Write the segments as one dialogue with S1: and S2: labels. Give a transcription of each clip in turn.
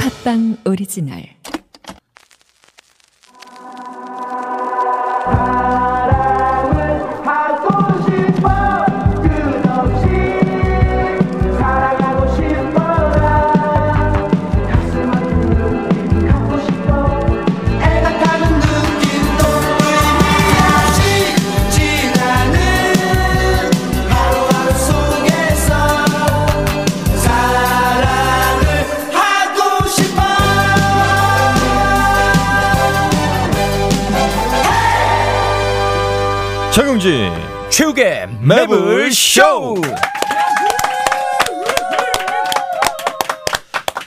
S1: 팟빵 오리지널
S2: 갖고 싶어 끝없이 사랑하고 싶어 나 가슴 아픈 느낌 갖고 싶어 애틋하는 느낌 너무 의미없이 지나는 하루하루 속에서 사랑을 하고 싶어
S3: 정용진
S4: 최욱의
S3: 매불 쇼.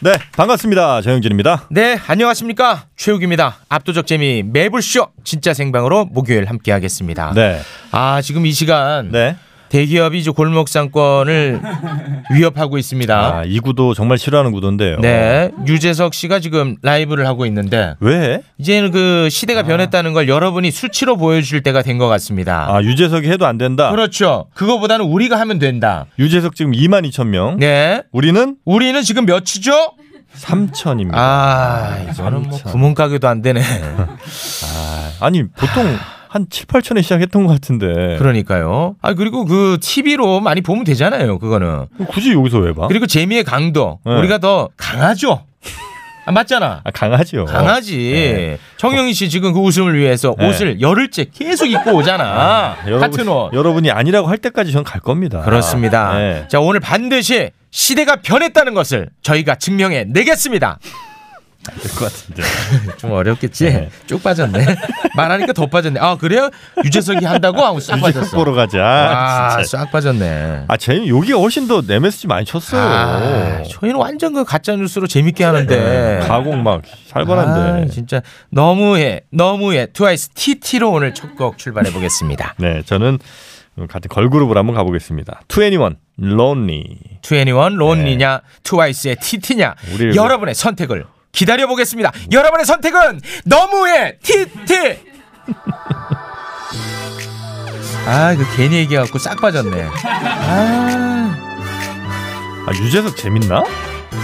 S3: 네 반갑습니다 정용진입니다
S4: 네, 안녕하십니까. 최욱입니다. 압도적 재미 매불쇼 진짜 생방으로 목요일 함께 하겠습니다.
S3: 네.
S4: 아, 지금 이 시간
S3: 네.
S4: 대기업이 이제 골목 상권을 위협하고 있습니다.
S3: 아, 이 구도 정말 싫어하는 구도인데요
S4: 네. 유재석 씨가 지금 라이브를 하고 있는데
S3: 왜?
S4: 이제는 그 시대가
S3: 아.
S4: 변했다는 걸 여러분이 수치로 보여줄 때가 된 것 같습니다.
S3: 아 유재석이 해도 안 된다
S4: 그렇죠. 그거보다는 우리가 하면 된다.
S3: 유재석 지금 2만 2천 명
S4: 네.
S3: 우리는
S4: 우리는 지금 몇 추죠?
S3: 3천입니다 아.
S4: 아, 이거는 뭐
S3: 삼천.
S4: 구멍가게도 안 되네.
S3: 니 보통 한 7, 8천에 시작했던 것 같은데
S4: 그러니까요. 아, 그리고 그 TV로 많이 보면 되잖아요. 그거는.
S3: 굳이 여기서 왜 봐?
S4: 그리고 재미의 강도.
S3: 네.
S4: 우리가 더 강하죠. 아, 맞잖아.
S3: 아, 강하지요
S4: 강하지.
S3: 네.
S4: 정영희 씨 지금 그 웃음을 위해서
S3: 네.
S4: 옷을 열흘째 계속 입고 오잖아. 같은 옷.
S3: 여러분이 아니라고 할 때까지 전 갈 겁니다
S4: 그렇습니다.
S3: 아, 네.
S4: 자, 오늘 반드시 시대가 변했다는 것을 저희가 증명해 내겠습니다.
S3: 될것 같은데
S4: 좀 어렵겠지?
S3: 네.
S4: 쭉 빠졌네. 말하니까 더 빠졌네. 아, 그래요? 유재석이 한다고? 하고 싹
S3: 유재석
S4: 빠졌어.
S3: 보러 가자
S4: 아,
S3: 진짜.
S4: 싹 빠졌네.
S3: 아, 쟤는 여기가 훨씬 더 MSG 많이 쳤어요.
S4: 아, 저희는 완전 그 가짜 뉴스로 재밌게 하는데.
S3: 가공 막 살벌한데.
S4: 아, 진짜 너무해, 너무해. 트와이스 TT로 오늘 첫 곡 출발해 보겠습니다.
S3: 네, 저는 같은 걸그룹을 한번 가보겠습니다. 2NE1 Lonely.
S4: 21 론리냐, 트와이스의 TT냐.
S3: 우리를-
S4: 네. 여러분의 선택을 기다려 보겠습니다. 여러분의 선택은 너무해 TT. 아, 그 괜히 얘기해갖고 싹 빠졌네. 아,
S3: 아, 유재석 재밌나?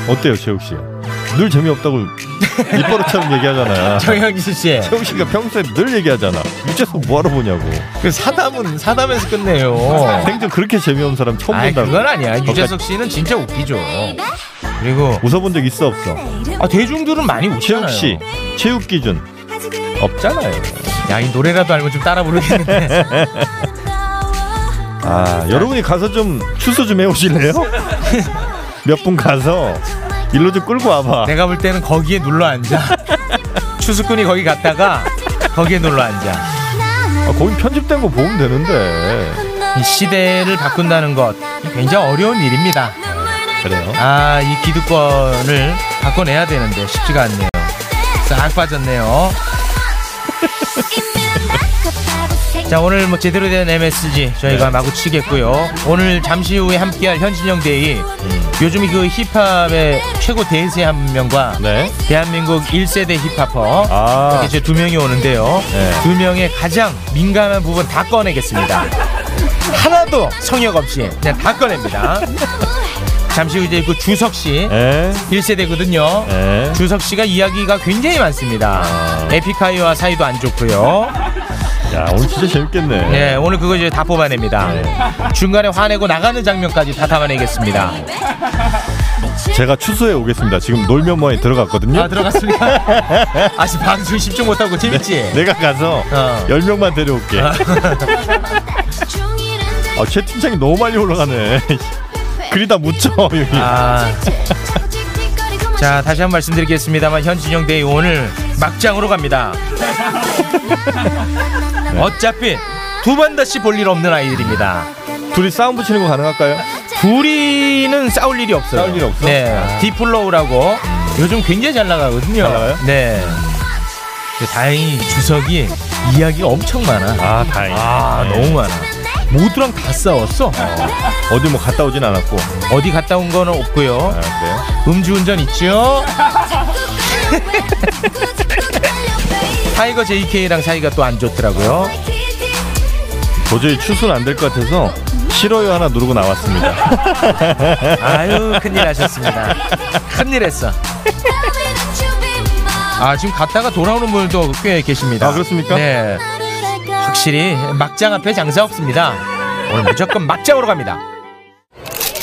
S3: 어때요, 최욱 씨? 늘 재미없다고 입버릇처럼 얘기하잖아요.
S4: 정영진 씨,
S3: 최욱 씨가 평소에 늘 얘기하잖아. 유재석 뭐하러 보냐고.
S4: 그 사담은 사담에서 끝내요.
S3: 생전 그렇게 재미없는 사람 처음
S4: 어. 아,
S3: 본다고.
S4: 그건 아니야. 유재석 씨는 진짜 웃기죠. 그리고
S3: 웃어본 적 있어 없어?
S4: 아 대중들은 많이 웃잖아요.
S3: 최욱 씨, 최욱 기준 없잖아요.
S4: 야, 이 노래라도 알고 좀 따라 부르겠는데.
S3: 아, 여러분이 가서 좀 추수 좀 해오실래요? 몇 분 가서 일로 좀 끌고 와봐.
S4: 내가 볼 때는 거기에 눌러 앉아. 추수꾼이 거기 갔다가 거기에 눌러 앉아.
S3: 아, 거긴 편집된 거 보면 되는데.
S4: 이 시대를 바꾼다는 것 굉장히 어려운 일입니다.
S3: 그래요?
S4: 아, 이 기득권을 바꿔내야 되는데 쉽지가 않네요. 싹 빠졌네요. 자, 오늘 뭐 제대로 된 MSG 저희가
S3: 네.
S4: 마구 치겠고요. 오늘 잠시 후에 함께할 현진영 데이.
S3: 음.
S4: 요즘 그 힙합의 최고 대세 한 명과
S3: 네.
S4: 대한민국 1세대 힙합퍼
S3: 아,
S4: 이렇게 이제 두 명이 오는데요.
S3: 네.
S4: 두 명의 가장 민감한 부분 다 꺼내겠습니다. 하나도 성역 없이 그냥 다 꺼냅니다. 잠시 후 이제 그 주석 씨
S3: 에,
S4: 1세대거든요.
S3: 에.
S4: 주석 씨가 이야기가 굉장히 많습니다.
S3: 아.
S4: 에픽하이와 사이도 안 좋고요.
S3: 야, 오늘 진짜 재밌겠네. 네.
S4: 네, 오늘 그거 이제 다 뽑아냅니다. 중간에 화내고 나가는 장면까지 다 담아내겠습니다.
S3: 네. 제가 추수해 오겠습니다. 지금 놀면 뭐에 들어갔거든요.
S4: 아 들어갔습니다. 아직 방송 집중 못하고 재밌지?
S3: 내가 가서
S4: 어.
S3: 열 10명만 데려올게. 아,
S5: 아,
S3: 채 팀장이 너무 많이 올라가네. 그리다 묻혀, 여기.
S4: 아. 자 다시 한 번 말씀드리겠습니다만 현진영 대회 오늘 막장으로 갑니다 어차피 두 번 다시 볼 일 없는 아이들입니다
S3: 둘이 싸움 붙이는 거 가능할까요?
S4: 둘이는 싸울 일이 없어요
S3: 싸울 일이 없어?
S4: 네 디플로우라고 요즘 굉장히 잘 나가거든요
S3: 잘 나가요?
S4: 네 근데 다행히 주석이 이야기가 엄청 많아
S3: 아, 다행.
S4: 아 너무 많아 모두랑 다 싸웠어
S3: 어디 뭐 갔다 오진 않았고.
S4: 어디 갔다 온 건 없고요
S3: 아, 그래요?
S4: 음주운전 있죠 타이거 JK랑 사이가 또 안 좋더라고요
S3: 도저히 추수는 안 될 것 같아서 싫어요 하나 누르고 나왔습니다.
S4: 아유 큰일 하셨습니다 큰일 했어 아 지금 갔다가 돌아오는 분들도 꽤 계십니다.
S3: 아, 그렇습니까?
S4: 네. 확실히 막장 앞에 장사 없습니다. 오늘 무조건 막장으로 갑니다.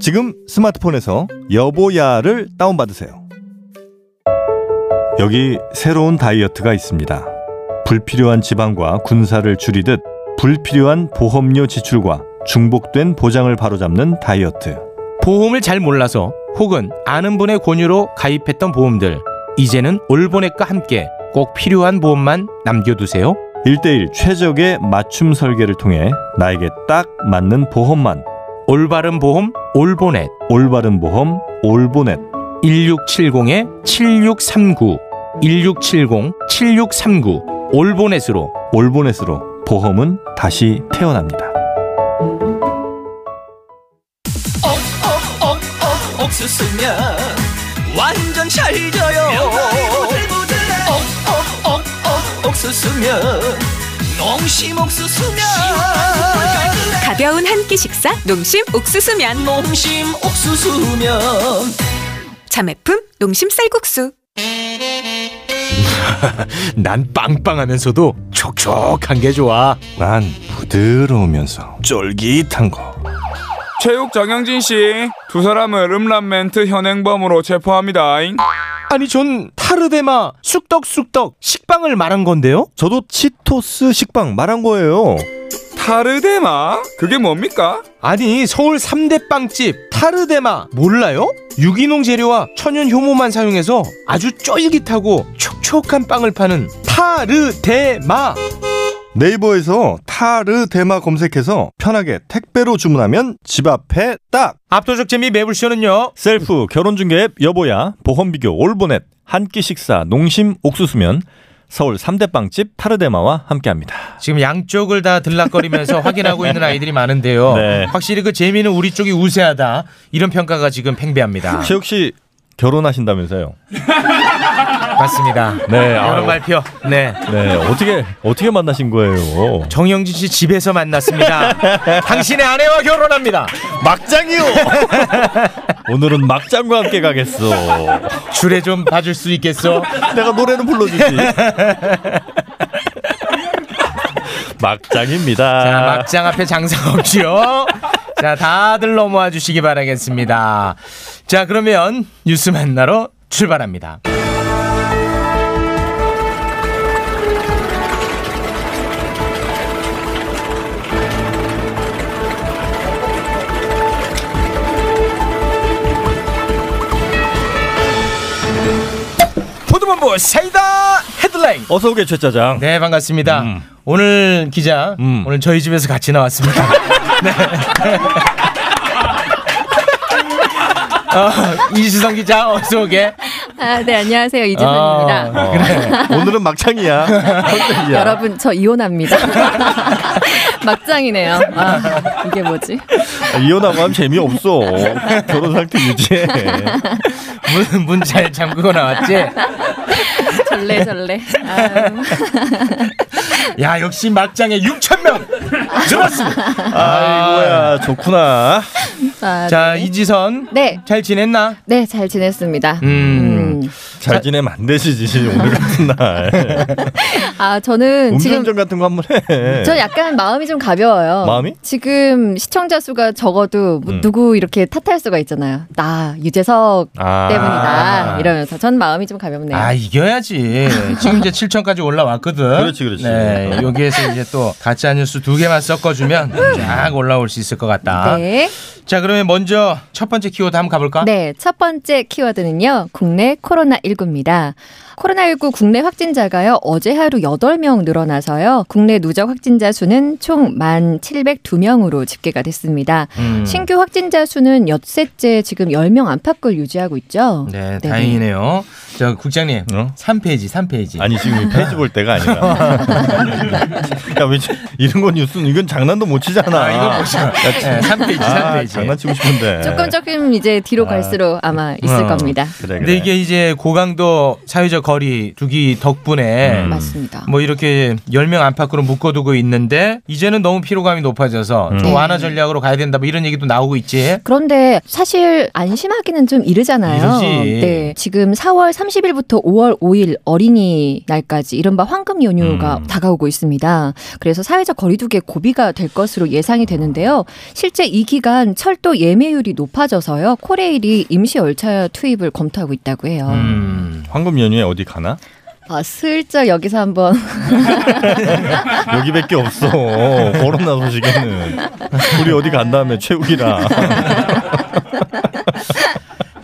S3: 지금 스마트폰에서 여보야를 다운받으세요. 여기 새로운 다이어트가 있습니다. 불필요한 지방과 군사를 줄이듯 불필요한 보험료 지출과 중복된 보장을 바로잡는 다이어트.
S4: 보험을 잘 몰라서 혹은 아는 분의 권유로 가입했던 보험들 이제는 올보넷과 함께 꼭 필요한 보험만 남겨두세요.
S3: 1대1 최적의 맞춤 설계를 통해 나에게 딱 맞는 보험만
S4: 올바른 보험 올보넷
S3: 올바른 보험 올보넷
S4: 1670에 7639 1670 7639 올보넷으로
S3: 올보넷으로 보험은 다시 태어납니다.
S2: 옥수수면 완전 잘져요 옥옥옥옥 옥수수면 농심 옥수수면
S6: 가벼운 한 끼 식사 농심 옥수수면
S2: 농심 옥수수면
S6: 자매품 농심 쌀국수
S4: 난 빵빵하면서도 촉촉한 게 좋아.
S3: 난 부드러우면서 쫄깃한 거.
S7: 체육 정영진 씨, 두 사람을 음란멘트 현행범으로 체포합니다.
S4: 아니 전 타르데마 쑥떡쑥떡 식빵을 말한 건데요.
S3: 저도 치토스 식빵 말한 거예요.
S7: 타르데마? 그게 뭡니까?
S4: 아니 서울 3대 빵집 타르데마 몰라요? 유기농 재료와 천연 효모만 사용해서 아주 쫄깃하고 촉촉한 빵을 파는 타르데마
S3: 네이버에서 타르 대마 검색해서 편하게 택배로 주문하면 집 앞에 딱.
S4: 압도적 재미 매불쇼는요
S3: 셀프 결혼 중개 앱 여보야 보험 비교 올보넷 한 끼 식사 농심 옥수수면 서울 3대 빵집 타르데마와 함께합니다.
S4: 지금 양쪽을 다 들락거리면서 확인하고 있는 아이들이 많은데요
S3: 네.
S4: 확실히 그 재미는 우리 쪽이 우세하다 이런 평가가 지금 팽배합니다
S3: 최욱 씨 결혼하신다면서요?
S4: 맞습니다
S3: 네,
S4: 결혼
S3: 아유.
S4: 발표 네
S3: 네 어떻게 어떻게 만나신 거예요?
S4: 정영진 씨 집에서 만났습니다 당신의 아내와 결혼합니다
S3: 막장이요. 오늘은 막장과 함께 가겠어.
S4: 줄에 좀 봐줄 수 있겠어
S3: 내가 노래는 불러주지. 막장입니다.
S4: 자, 막장 앞에 장사 없지요. 자, 다들 넘어와 주시기 바라겠습니다. 자, 그러면 뉴스 만나러 출발합니다. 보도본부 사이다 헤드라인.
S3: 어서 오게 최짜장.
S4: 네 반갑습니다. 오늘 기자
S3: 음.
S4: 오늘 저희 집에서 같이 나왔습니다. 네. 어, 이지성 기자 어서 오게.
S1: 아, 네, 안녕하세요.
S4: 어,
S3: 아,
S1: 이지성입니다.
S3: 오늘은 막장이야. 막장이야.
S1: 아, 여러분, 저 이혼합니다. 막장이네요. 아, 이게 뭐지?
S3: 아, 이혼하고 하면 재미없어. 결혼 상태 유지해.
S1: 네.
S4: 문문 잘 잠그고 나왔지.
S1: 절레절레. 아,
S4: 야 역시 막장에 6천 명 들었습니다.
S3: 아이고야 좋구나.
S1: 아, 아,
S4: 자 이지선
S1: 네,
S4: 잘 지냈나?
S1: 네, 잘 지냈습니다.
S4: 음.
S1: 음.
S3: 잘 지내면 안 되시지 오늘 같은 날.
S1: 아, 저는 지금
S3: 음주운전 같은 거 한번 해.
S1: 저 약간 마음이 좀 가벼워요.
S3: 마음이?
S1: 지금 시청자 수가 적어도 뭐
S3: 음.
S1: 누구 이렇게 탓할 수가 있잖아요. 나 유재석
S3: 아.
S1: 때문이다 이러면서 전 마음이 좀 가볍네요.
S4: 아 이겨야지. 지금 이제 7천까지 올라왔거든.
S3: 그렇지, 그렇지.
S4: 네,
S3: 어.
S4: 여기에서 이제 또 가짜 뉴스 두 개만 섞어주면 쫙 올라올 수 있을 것 같다.
S1: 네.
S4: 자 그러면 먼저 첫 번째 키워드 한번 가볼까?
S1: 네, 첫 번째 키워드는요. 국내 코로나 코로나19입니다. 코로나19 국내 확진자가요, 어제 하루 8명 늘어나서요, 국내 누적 확진자 수는 총 1,702명으로 집계가 됐습니다.
S4: 음.
S1: 신규 확진자 수는 엿새째 지금 10명 안팎을 유지하고 있죠.
S4: 네,
S1: 네네.
S4: 다행이네요. 자, 국장님.
S3: 어?
S4: 3페이지, 3페이지.
S3: 아니 지금 이 페이지 볼 때가 아니라. 야왜 이런 거 뉴스는 이건 장난도 못 치잖아.
S4: 아, 이거 보시면. 네, 3페이지,
S3: 아,
S4: 3페이지.
S3: 장난치고 싶은데.
S1: 조금 조금 이제 뒤로 갈수록 아마 있을
S4: 어.
S1: 겁니다.
S3: 그래, 그래.
S4: 근데 이게 이제 고강도 사회적 거리 두기 덕분에
S3: 음.
S1: 맞습니다.
S4: 뭐 이렇게 10명 안팎으로 묶어두고 있는데 이제는 너무 피로감이 높아져서 좀
S3: 음.
S1: 네.
S4: 완화 전략으로 가야 된다 뭐 이런 얘기도 나오고 있지.
S1: 그런데 사실 안심하기는 좀 이르잖아요.
S4: 이르지.
S1: 네. 지금 4월 30일부터 5월 5일 어린이날까지 이른바 황금 연휴가
S3: 음.
S1: 다가오고 있습니다. 그래서 사회적 거리두기의 고비가 될 것으로 예상이 되는데요. 실제 이 기간 철도 예매율이 높아져서요. 코레일이 임시 열차 투입을 검토하고 있다고 해요.
S4: 음.
S3: 황금 연휴에 어디 가나?
S1: 아, 슬쩍 여기서 한번
S3: 여기밖에 없어. 코로나 소식에는 우리 어디 간 다음에 최욱이라.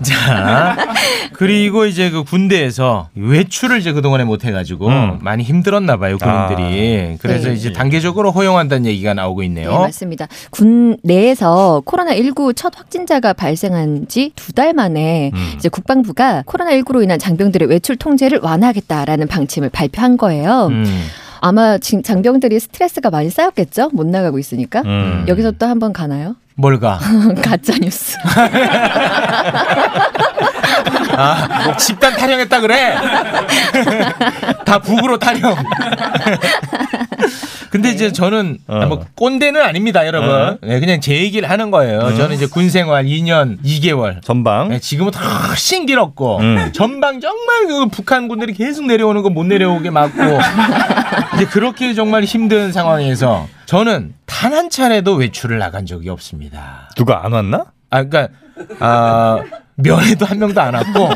S4: 자. 그리고 이제 그 군대에서 외출을 이제 그동안에 못 해가지고
S3: 음. 아.
S4: 많이 힘들었나 봐요, 군인들이. 그래서
S1: 네.
S4: 이제 단계적으로 허용한다는 얘기가 나오고 있네요.
S1: 네, 맞습니다. 군 내에서 코로나19 첫 확진자가 발생한 지 두 달 만에
S4: 음.
S1: 이제 국방부가 코로나19로 인한 장병들의 외출 통제를 완화하겠다라는 방침을 발표한 거예요.
S4: 음.
S1: 아마 지금 장병들이 스트레스가 많이 쌓였겠죠? 못 나가고 있으니까.
S3: 음.
S1: 여기서 또 한 번 가나요?
S4: 뭘가?
S1: 가짜 뉴스.
S4: 아, 집단 타령했다 그래. 다 북으로 타령. 근데 이제 저는
S3: 어.
S4: 뭐 꼰대는 아닙니다, 여러분. 네, 그냥 제 얘기를 하는 거예요.
S3: 어.
S4: 저는 이제 군 생활 2년 2개월.
S3: 전방.
S4: 네, 지금은 훨씬 길었고
S3: 음.
S4: 전방 정말 그 북한 군들이 계속 내려오는 거 못 내려오게 막고 이제 그렇게 정말 힘든 상황에서 저는 단 한 차례도 외출을 나간 적이 없습니다.
S3: 누가 안 왔나?
S4: 아, 그러니까 아, 면회도 한 명도 안 왔고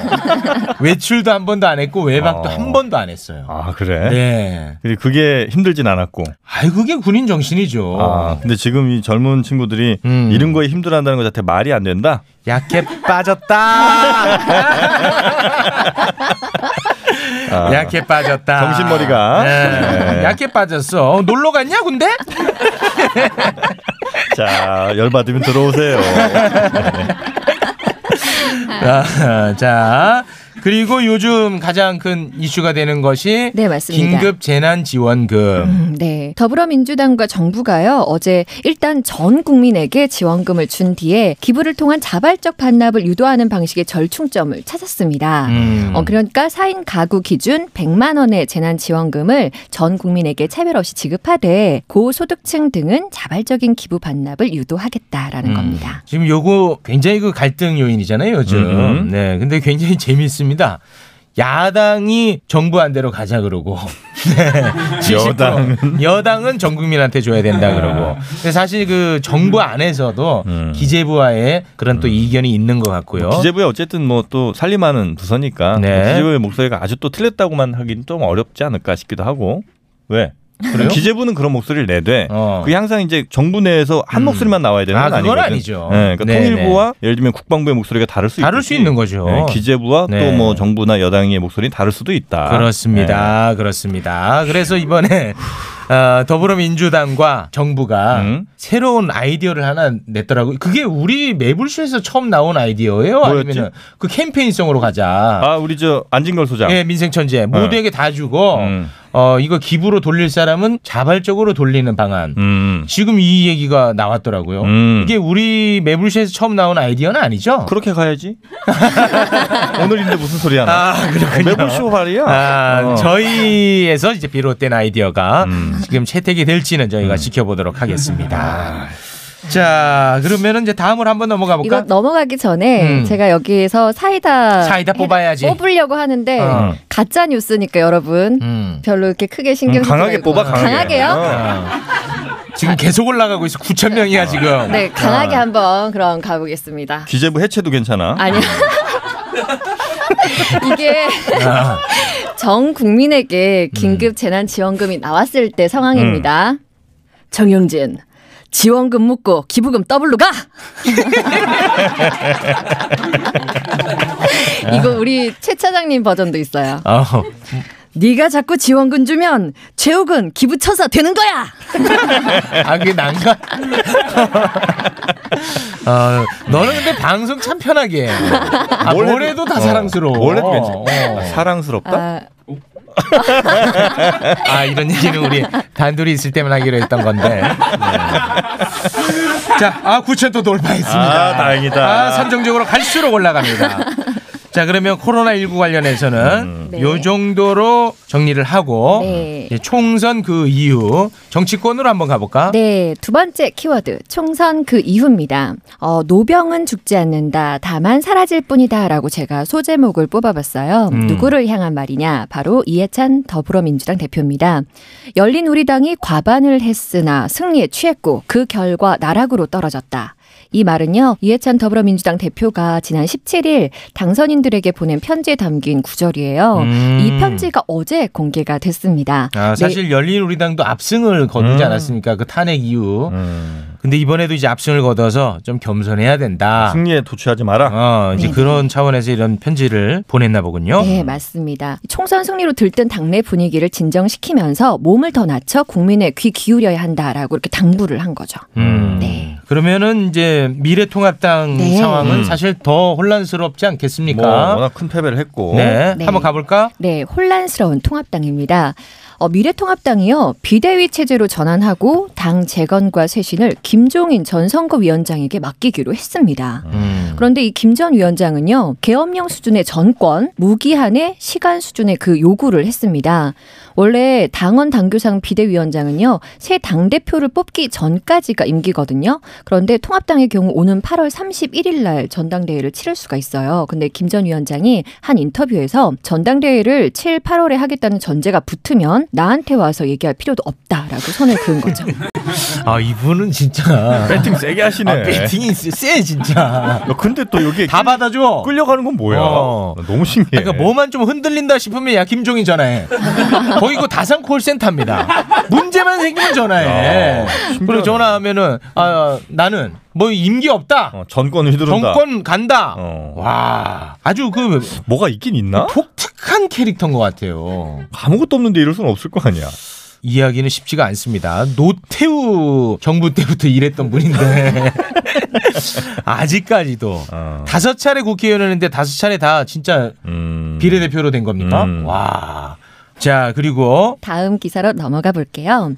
S4: 외출도 한 번도 안 했고 외박도
S3: 어.
S4: 한 번도 안 했어요.
S3: 아 그래.
S4: 네.
S3: 근데 그게 힘들진 않았고.
S4: 아이 그게 군인 정신이죠.
S3: 아 근데 지금 이 젊은 친구들이
S4: 어. 음.
S3: 이런 거에 힘들어한다는 것 자체 말이 안 된다.
S4: 약해 빠졌다.
S3: 아.
S4: 약해 빠졌다.
S3: 정신머리가.
S4: 네.
S3: 네.
S4: 약해 빠졌어. 어, 놀러 갔냐 근데?
S3: 자 열받으면 들어오세요.
S4: 아, 자 그리고 요즘 가장 큰 이슈가 되는 것이
S1: 네, 맞습니다.
S4: 긴급 재난 지원금.
S1: 음, 네. 더불어민주당과 정부가요, 어제 일단 전 국민에게 지원금을 준 뒤에 기부를 통한 자발적 반납을 유도하는 방식의 절충점을 찾았습니다.
S4: 음.
S1: 어, 그러니까 4인 가구 기준 100만 원의 재난 지원금을 전 국민에게 차별 없이 지급하되 고소득층 등은 자발적인 기부 반납을 유도하겠다라는
S4: 음.
S1: 겁니다.
S4: 지금 요거 굉장히 그 갈등 요인이잖아요, 요즘.
S3: 음.
S4: 네. 근데 굉장히 재밌습니다. 야당이 정부 안대로 가자 그러고 네, 70%.
S3: 여당은? 아.
S4: 여당은 전 국민한테 줘야 된다 그러고 근데 사실 그 정부 안에서도
S3: 음.
S4: 기재부와의 그런 또 이견이 있는 것 같고요.
S3: 기재부에 어쨌든 뭐 또 살림하는 부서니까
S4: 네.
S3: 기재부의 목소리가 아주 또 틀렸다고만 하기는 좀 어렵지 않을까 싶기도 하고 왜?
S4: 그래요?
S3: 기재부는 그런 목소리를 내되
S4: 어.
S3: 그게 항상 이제 정부 내에서 한
S4: 음.
S3: 목소리만 나와야 되는
S4: 아,
S3: 건
S4: 그건
S3: 아니거든.
S4: 아니죠.
S3: 네, 그러니까
S4: 네,
S3: 통일부와 예를 들면 국방부의 목소리가 다를 수
S4: 다를
S3: 있듯이
S4: 수 있는 거죠.
S3: 네, 기재부와
S4: 네.
S3: 또 뭐 정부나 여당의 목소리는 다를 수도 있다. 네.
S4: 그렇습니다. 그렇습니다. 그래서 이번에 어, 더불어민주당과 정부가
S3: 음.
S4: 새로운 아이디어를 하나 냈더라고요. 그게 우리 매불쇼에서 처음 나온 아이디어예요?
S3: 뭐였지?
S4: 아니면 그 캠페인성으로 가자.
S3: 아 우리 저 안진걸 소장.
S4: 예, 민생천재 모두에게 다 주고
S3: 어. 음.
S4: 어 이거 기부로 돌릴 사람은 자발적으로 돌리는 방안.
S3: 음.
S4: 지금 이 얘기가 나왔더라고요.
S3: 음.
S4: 이게 우리 매불쇼에서 처음 나온 아이디어는 아니죠?
S3: 그렇게 가야지. 오늘인데 무슨 소리 하나?
S4: 아, 그렇군요.
S3: 매불쇼 발이야.
S4: 아,
S3: 어.
S4: 저희에서 이제 비롯된 아이디어가
S3: 음.
S4: 지금 채택이 될지는 저희가 지켜보도록 하겠습니다.
S3: 아.
S4: 자, 그러면은 이제 다음으로 한번 넘어가
S1: 이거
S4: 볼까?
S1: 넘어가기 전에
S4: 그러니까 음.
S1: 제가 여기에서 사이다,
S4: 사이다 뽑아야지.
S1: 뽑으려고 하는데
S4: 어.
S1: 가짜 뉴스니까 여러분
S4: 음. 어.
S1: 별로 이렇게 크게 신경
S3: 음,
S1: 쓰지
S3: 강하게
S1: 말고.
S3: 뽑아, 강하게.
S1: 강하게요?
S4: 지금 계속 올라가고 있어. 9천 명이야 지금.
S1: 네, 강하게
S4: 어.
S1: 한번 그럼 가보겠습니다.
S3: 기재부 해체도 괜찮아.
S1: 아니요. 이게 전 국민에게 긴급 재난 지원금이 나왔을 때 상황입니다. 정영진 지원금 묻고 기부금 더블로 가. 이거 우리 최 차장님 버전도 있어요.
S4: 아,
S1: 네가 자꾸 지원금 주면 최욱은 기부 쳐서 되는 거야.
S4: 아 그게 난가? 아, 너는 근데 방송 참 편하게. 해. 아,
S3: 뭘 해도-
S4: 뭘 해도 다
S3: 어,
S4: 사랑스러워.
S3: 뭘 해도 괜찮아.
S4: 어.
S3: 사랑스럽다?
S1: 아,
S4: 아 이런 얘기는 우리 단둘이 있을 때만 하기로 했던 건데. 네. 자, 아 9천 또 돌파했습니다.
S3: 아, 다행이다.
S4: 아, 선정적으로 갈수록 올라갑니다. 자, 그러면 코로나 19
S3: 음.
S4: 관련해서는
S1: 네.
S4: 요 정도로 정리를 하고
S1: 네.
S4: 이제 총선 그 이후 정치권으로 한번 가볼까?
S1: 네, 두 번째 키워드 총선 그 이후입니다. 어, 노병은 죽지 않는다. 다만 사라질 뿐이다라고 제가 소제목을 뽑아봤어요.
S4: 음.
S1: 누구를 향한 말이냐? 바로 이해찬 더불어민주당 대표입니다. 열린 우리당이 과반을 했으나 승리에 취했고 그 결과 나락으로 떨어졌다. 이 말은요, 이해찬 더불어민주당 대표가 지난 17일 당선인들에게 보낸 편지에 담긴 구절이에요.
S4: 음.
S1: 이 편지가 어제 공개가 됐습니다.
S4: 아,
S1: 네,
S4: 사실 열린 우리당도 압승을 거두지 않았습니까? 그 탄핵 이후.
S3: 음,
S4: 근데 이번에도 이제 압승을 거둬서 좀 겸손해야 된다.
S3: 승리에 도취하지 마라.
S4: 어, 이제 그런 차원에서 이런 편지를 보냈나 보군요.
S1: 네, 맞습니다. 총선 승리로 들뜬 당내 분위기를 진정시키면서 몸을 더 낮춰 국민의 귀 기울여야 한다라고 이렇게 당부를 한 거죠.
S4: 음.
S1: 네.
S4: 그러면은 이제 미래통합당
S1: 네.
S4: 상황은
S3: 음.
S4: 사실 더 혼란스럽지 않겠습니까?
S3: 뭐 워낙 큰 패배를 했고
S4: 그러니까. 네.
S1: 네.
S4: 한번 가볼까?
S1: 네, 혼란스러운 통합당입니다. 어, 미래통합당이요 비대위 체제로 전환하고 당 재건과 쇄신을 김종인 전 선거위원장에게 맡기기로 했습니다.
S4: 음.
S3: 음.
S1: 그런데 이 김 전 위원장은요 계엄령 수준의 전권, 무기한의 시간 수준의 그 요구를 했습니다. 원래 당원 당규상 비대위원장은요 새 당 대표를 뽑기 전까지가 임기거든요. 그런데 통합당의 경우 오는 8월 31일 날 전당대회를 치를 수가 있어요. 근데 김 전 위원장이 한 인터뷰에서 전당대회를 7, 8월에 하겠다는 전제가 붙으면 나한테 와서 얘기할 필요도 없다라고 선을 그은 거죠.
S4: 아, 이분은 진짜.
S3: 배팅 세게 하시네.
S4: 아, 배팅이 세, 진짜.
S3: 야, 근데 또 여기
S4: 다 받아줘.
S3: 끌려가는 건 뭐야?
S4: 어.
S3: 나 너무 신기해.
S4: 그러니까 뭐만 좀 흔들린다 싶으면 야 김종인 전화해. 거의 그 다산 콜센터입니다. 문제만 생기면 전화해.
S3: 야, 신기하네.
S4: 그리고 전화하면은 아 나는 뭐 임기 없다.
S3: 어, 전권을 휘두른다.
S4: 정권 간다.
S3: 어.
S4: 와 아주 그
S3: 뭐가 있긴 있나?
S4: 독특한 캐릭터인 것 같아요.
S3: 아무것도 없는데 이럴 수는 없을 거 아니야.
S4: 이야기는 쉽지가 않습니다. 노태우 정부 때부터 일했던 분인데 아직까지도
S3: 어.
S4: 다섯 차례 국회의원했는데 다섯 차례 다 진짜
S3: 음.
S4: 비례대표로 된 겁니까?
S3: 음.
S4: 와. 자, 그리고
S1: 다음 기사로 넘어가 볼게요.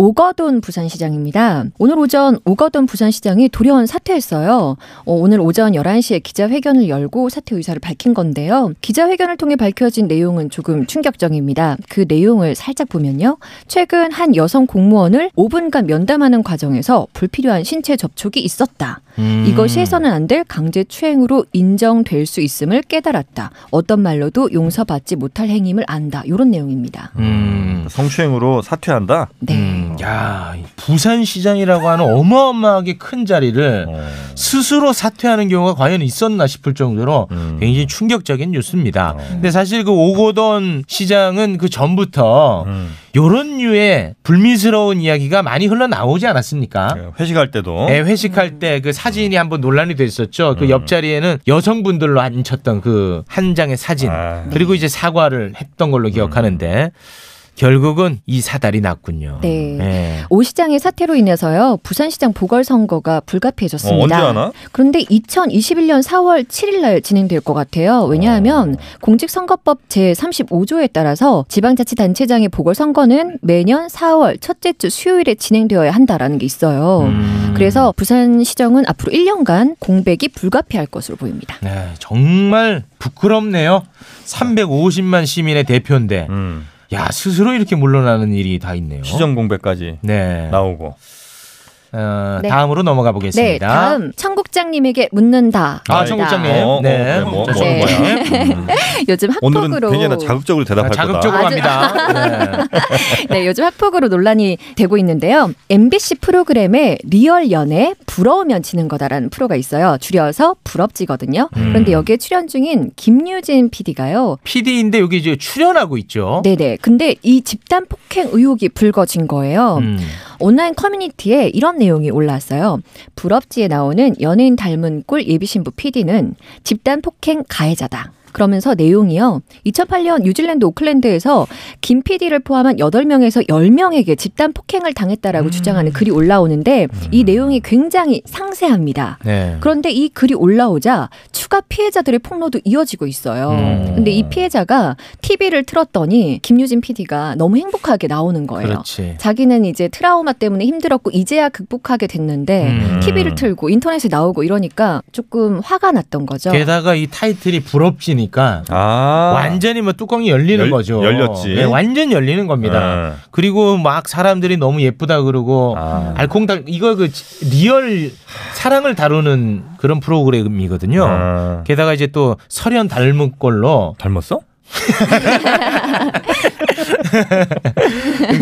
S1: 오거돈 부산시장입니다. 오늘 오전 오거돈 부산시장이 돌연 사퇴했어요. 어, 오늘 오전 11시에 기자회견을 열고 사퇴 의사를 밝힌 건데요. 기자회견을 통해 밝혀진 내용은 조금 충격적입니다. 그 내용을 살짝 보면요. 최근 한 여성 공무원을 5분간 면담하는 과정에서 불필요한 신체 접촉이 있었다. 이것이 해서는 안 될 강제 추행으로 인정될 수 있음을 깨달았다. 어떤 말로도 용서받지 못할 행임을 안다. 이런 내용입니다.
S4: 음.
S3: 성추행으로 사퇴한다.
S1: 네.
S4: 음, 야, 이 부산시장이라고 하는 어마어마하게 큰 자리를
S3: 어.
S4: 스스로 사퇴하는 경우가 과연 있었나 싶을 정도로
S3: 음. 어.
S4: 굉장히 충격적인 뉴스입니다. 근데 사실 그 오고돈 시장은 그 전부터
S3: 음.
S4: 요런 류의 불미스러운 이야기가 많이 흘러나오지 않았습니까?
S3: 네. 음. 회식할 때도
S4: 예,
S1: 음.
S4: 회식할 때 그 사진이 한번 논란이 됐었죠.
S3: 음.
S4: 그 옆자리에는 여성분들로 앉혔던 그 한 장의 사진.
S3: 아. 음.
S4: 그리고 이제 사과를 했던 걸로 기억하는데 결국은 이 사달이 났군요.
S1: 네.
S4: 예.
S1: 오 시장의 사태로 인해서요 부산시장 보궐선거가 불가피해졌습니다.
S3: 어, 언제 하나?
S1: 그런데 2021년 4월 7일날 진행될 것 같아요. 왜냐하면
S3: 어.
S1: 공직선거법 제 35조에 따라서 지방자치단체장의 보궐선거는 매년 4월 첫째 주 수요일에 진행되어야 한다라는 게 있어요.
S3: 음.
S1: 그래서 부산시정은 앞으로 1년간 공백이 불가피할 것으로 보입니다.
S4: 네, 정말 부끄럽네요. 350만 시민의 대표인데,
S3: 음.
S4: 야 스스로 이렇게 물러나는 일이 다 있네요.
S3: 시정 공백까지
S4: 네.
S3: 나오고.
S4: 어,
S1: 네.
S4: 다음으로 넘어가
S1: 네,
S4: 보겠습니다.
S1: 다음 청국장님께 묻는다.
S4: 아, 청국장님.
S3: 어,
S4: 네.
S3: 어, 뭐, 뭐
S1: 네.
S3: 하는 거야? 음.
S1: 요즘
S3: 오늘은
S1: 학폭으로
S3: 굉장히 나 자극적으로 대답할
S4: 아, 자극적으로
S1: 아주-
S4: 합니다. 네.
S1: 네, 요즘 학폭으로 논란이 되고 있는데요. MBC 프로그램에 리얼 연애 부러우면 지는 거다라는 프로가 있어요. 줄여서 부럽지거든요. 그런데 여기에 출연 중인 김유진 PD가요.
S4: PD인데 여기
S1: 네.
S4: 이제 출연하고 있죠.
S1: 네네. 근데 이 집단 폭행 의혹이 불거진 거예요.
S4: 음.
S1: 온라인 커뮤니티에 이런 내용이 올라왔어요. 불업지에 나오는 연예인 닮은 꼴 예비신부 PD는 집단 폭행 가해자다. 그러면서 내용이요. 2008년 뉴질랜드 오클랜드에서 김 PD를 포함한 8명에서 10명에게 집단 폭행을 당했다라고 주장하는 글이 올라오는데 이 내용이 굉장히 상세합니다.
S4: 네.
S1: 그런데 이 글이 올라오자 추가 피해자들의 폭로도 이어지고 있어요.
S4: 음.
S1: 근데 이 피해자가 TV를 틀었더니 김유진 PD가 너무 행복하게 나오는 거예요.
S4: 그렇지.
S1: 자기는 이제 트라우마 때문에 힘들었고 이제야 극복하게 됐는데
S4: 음.
S1: TV를 틀고 인터넷에 나오고 이러니까 조금 화가 났던 거죠.
S4: 게다가 이 타이틀이 부럽지니까
S3: 아.
S4: 완전히 뭐 뚜껑이 열리는
S3: 열-
S4: 거죠.
S3: 열렸지.
S4: 네, 완전 열리는 겁니다.
S3: 아.
S4: 그리고 막 사람들이 너무 예쁘다 그러고
S3: 아.
S4: 알콩달 이거 그 리얼 사랑을 다루는 그런 프로그램이거든요.
S3: 아.
S4: 게다가 이제 또 설현 닮은 걸로
S3: 닮았어?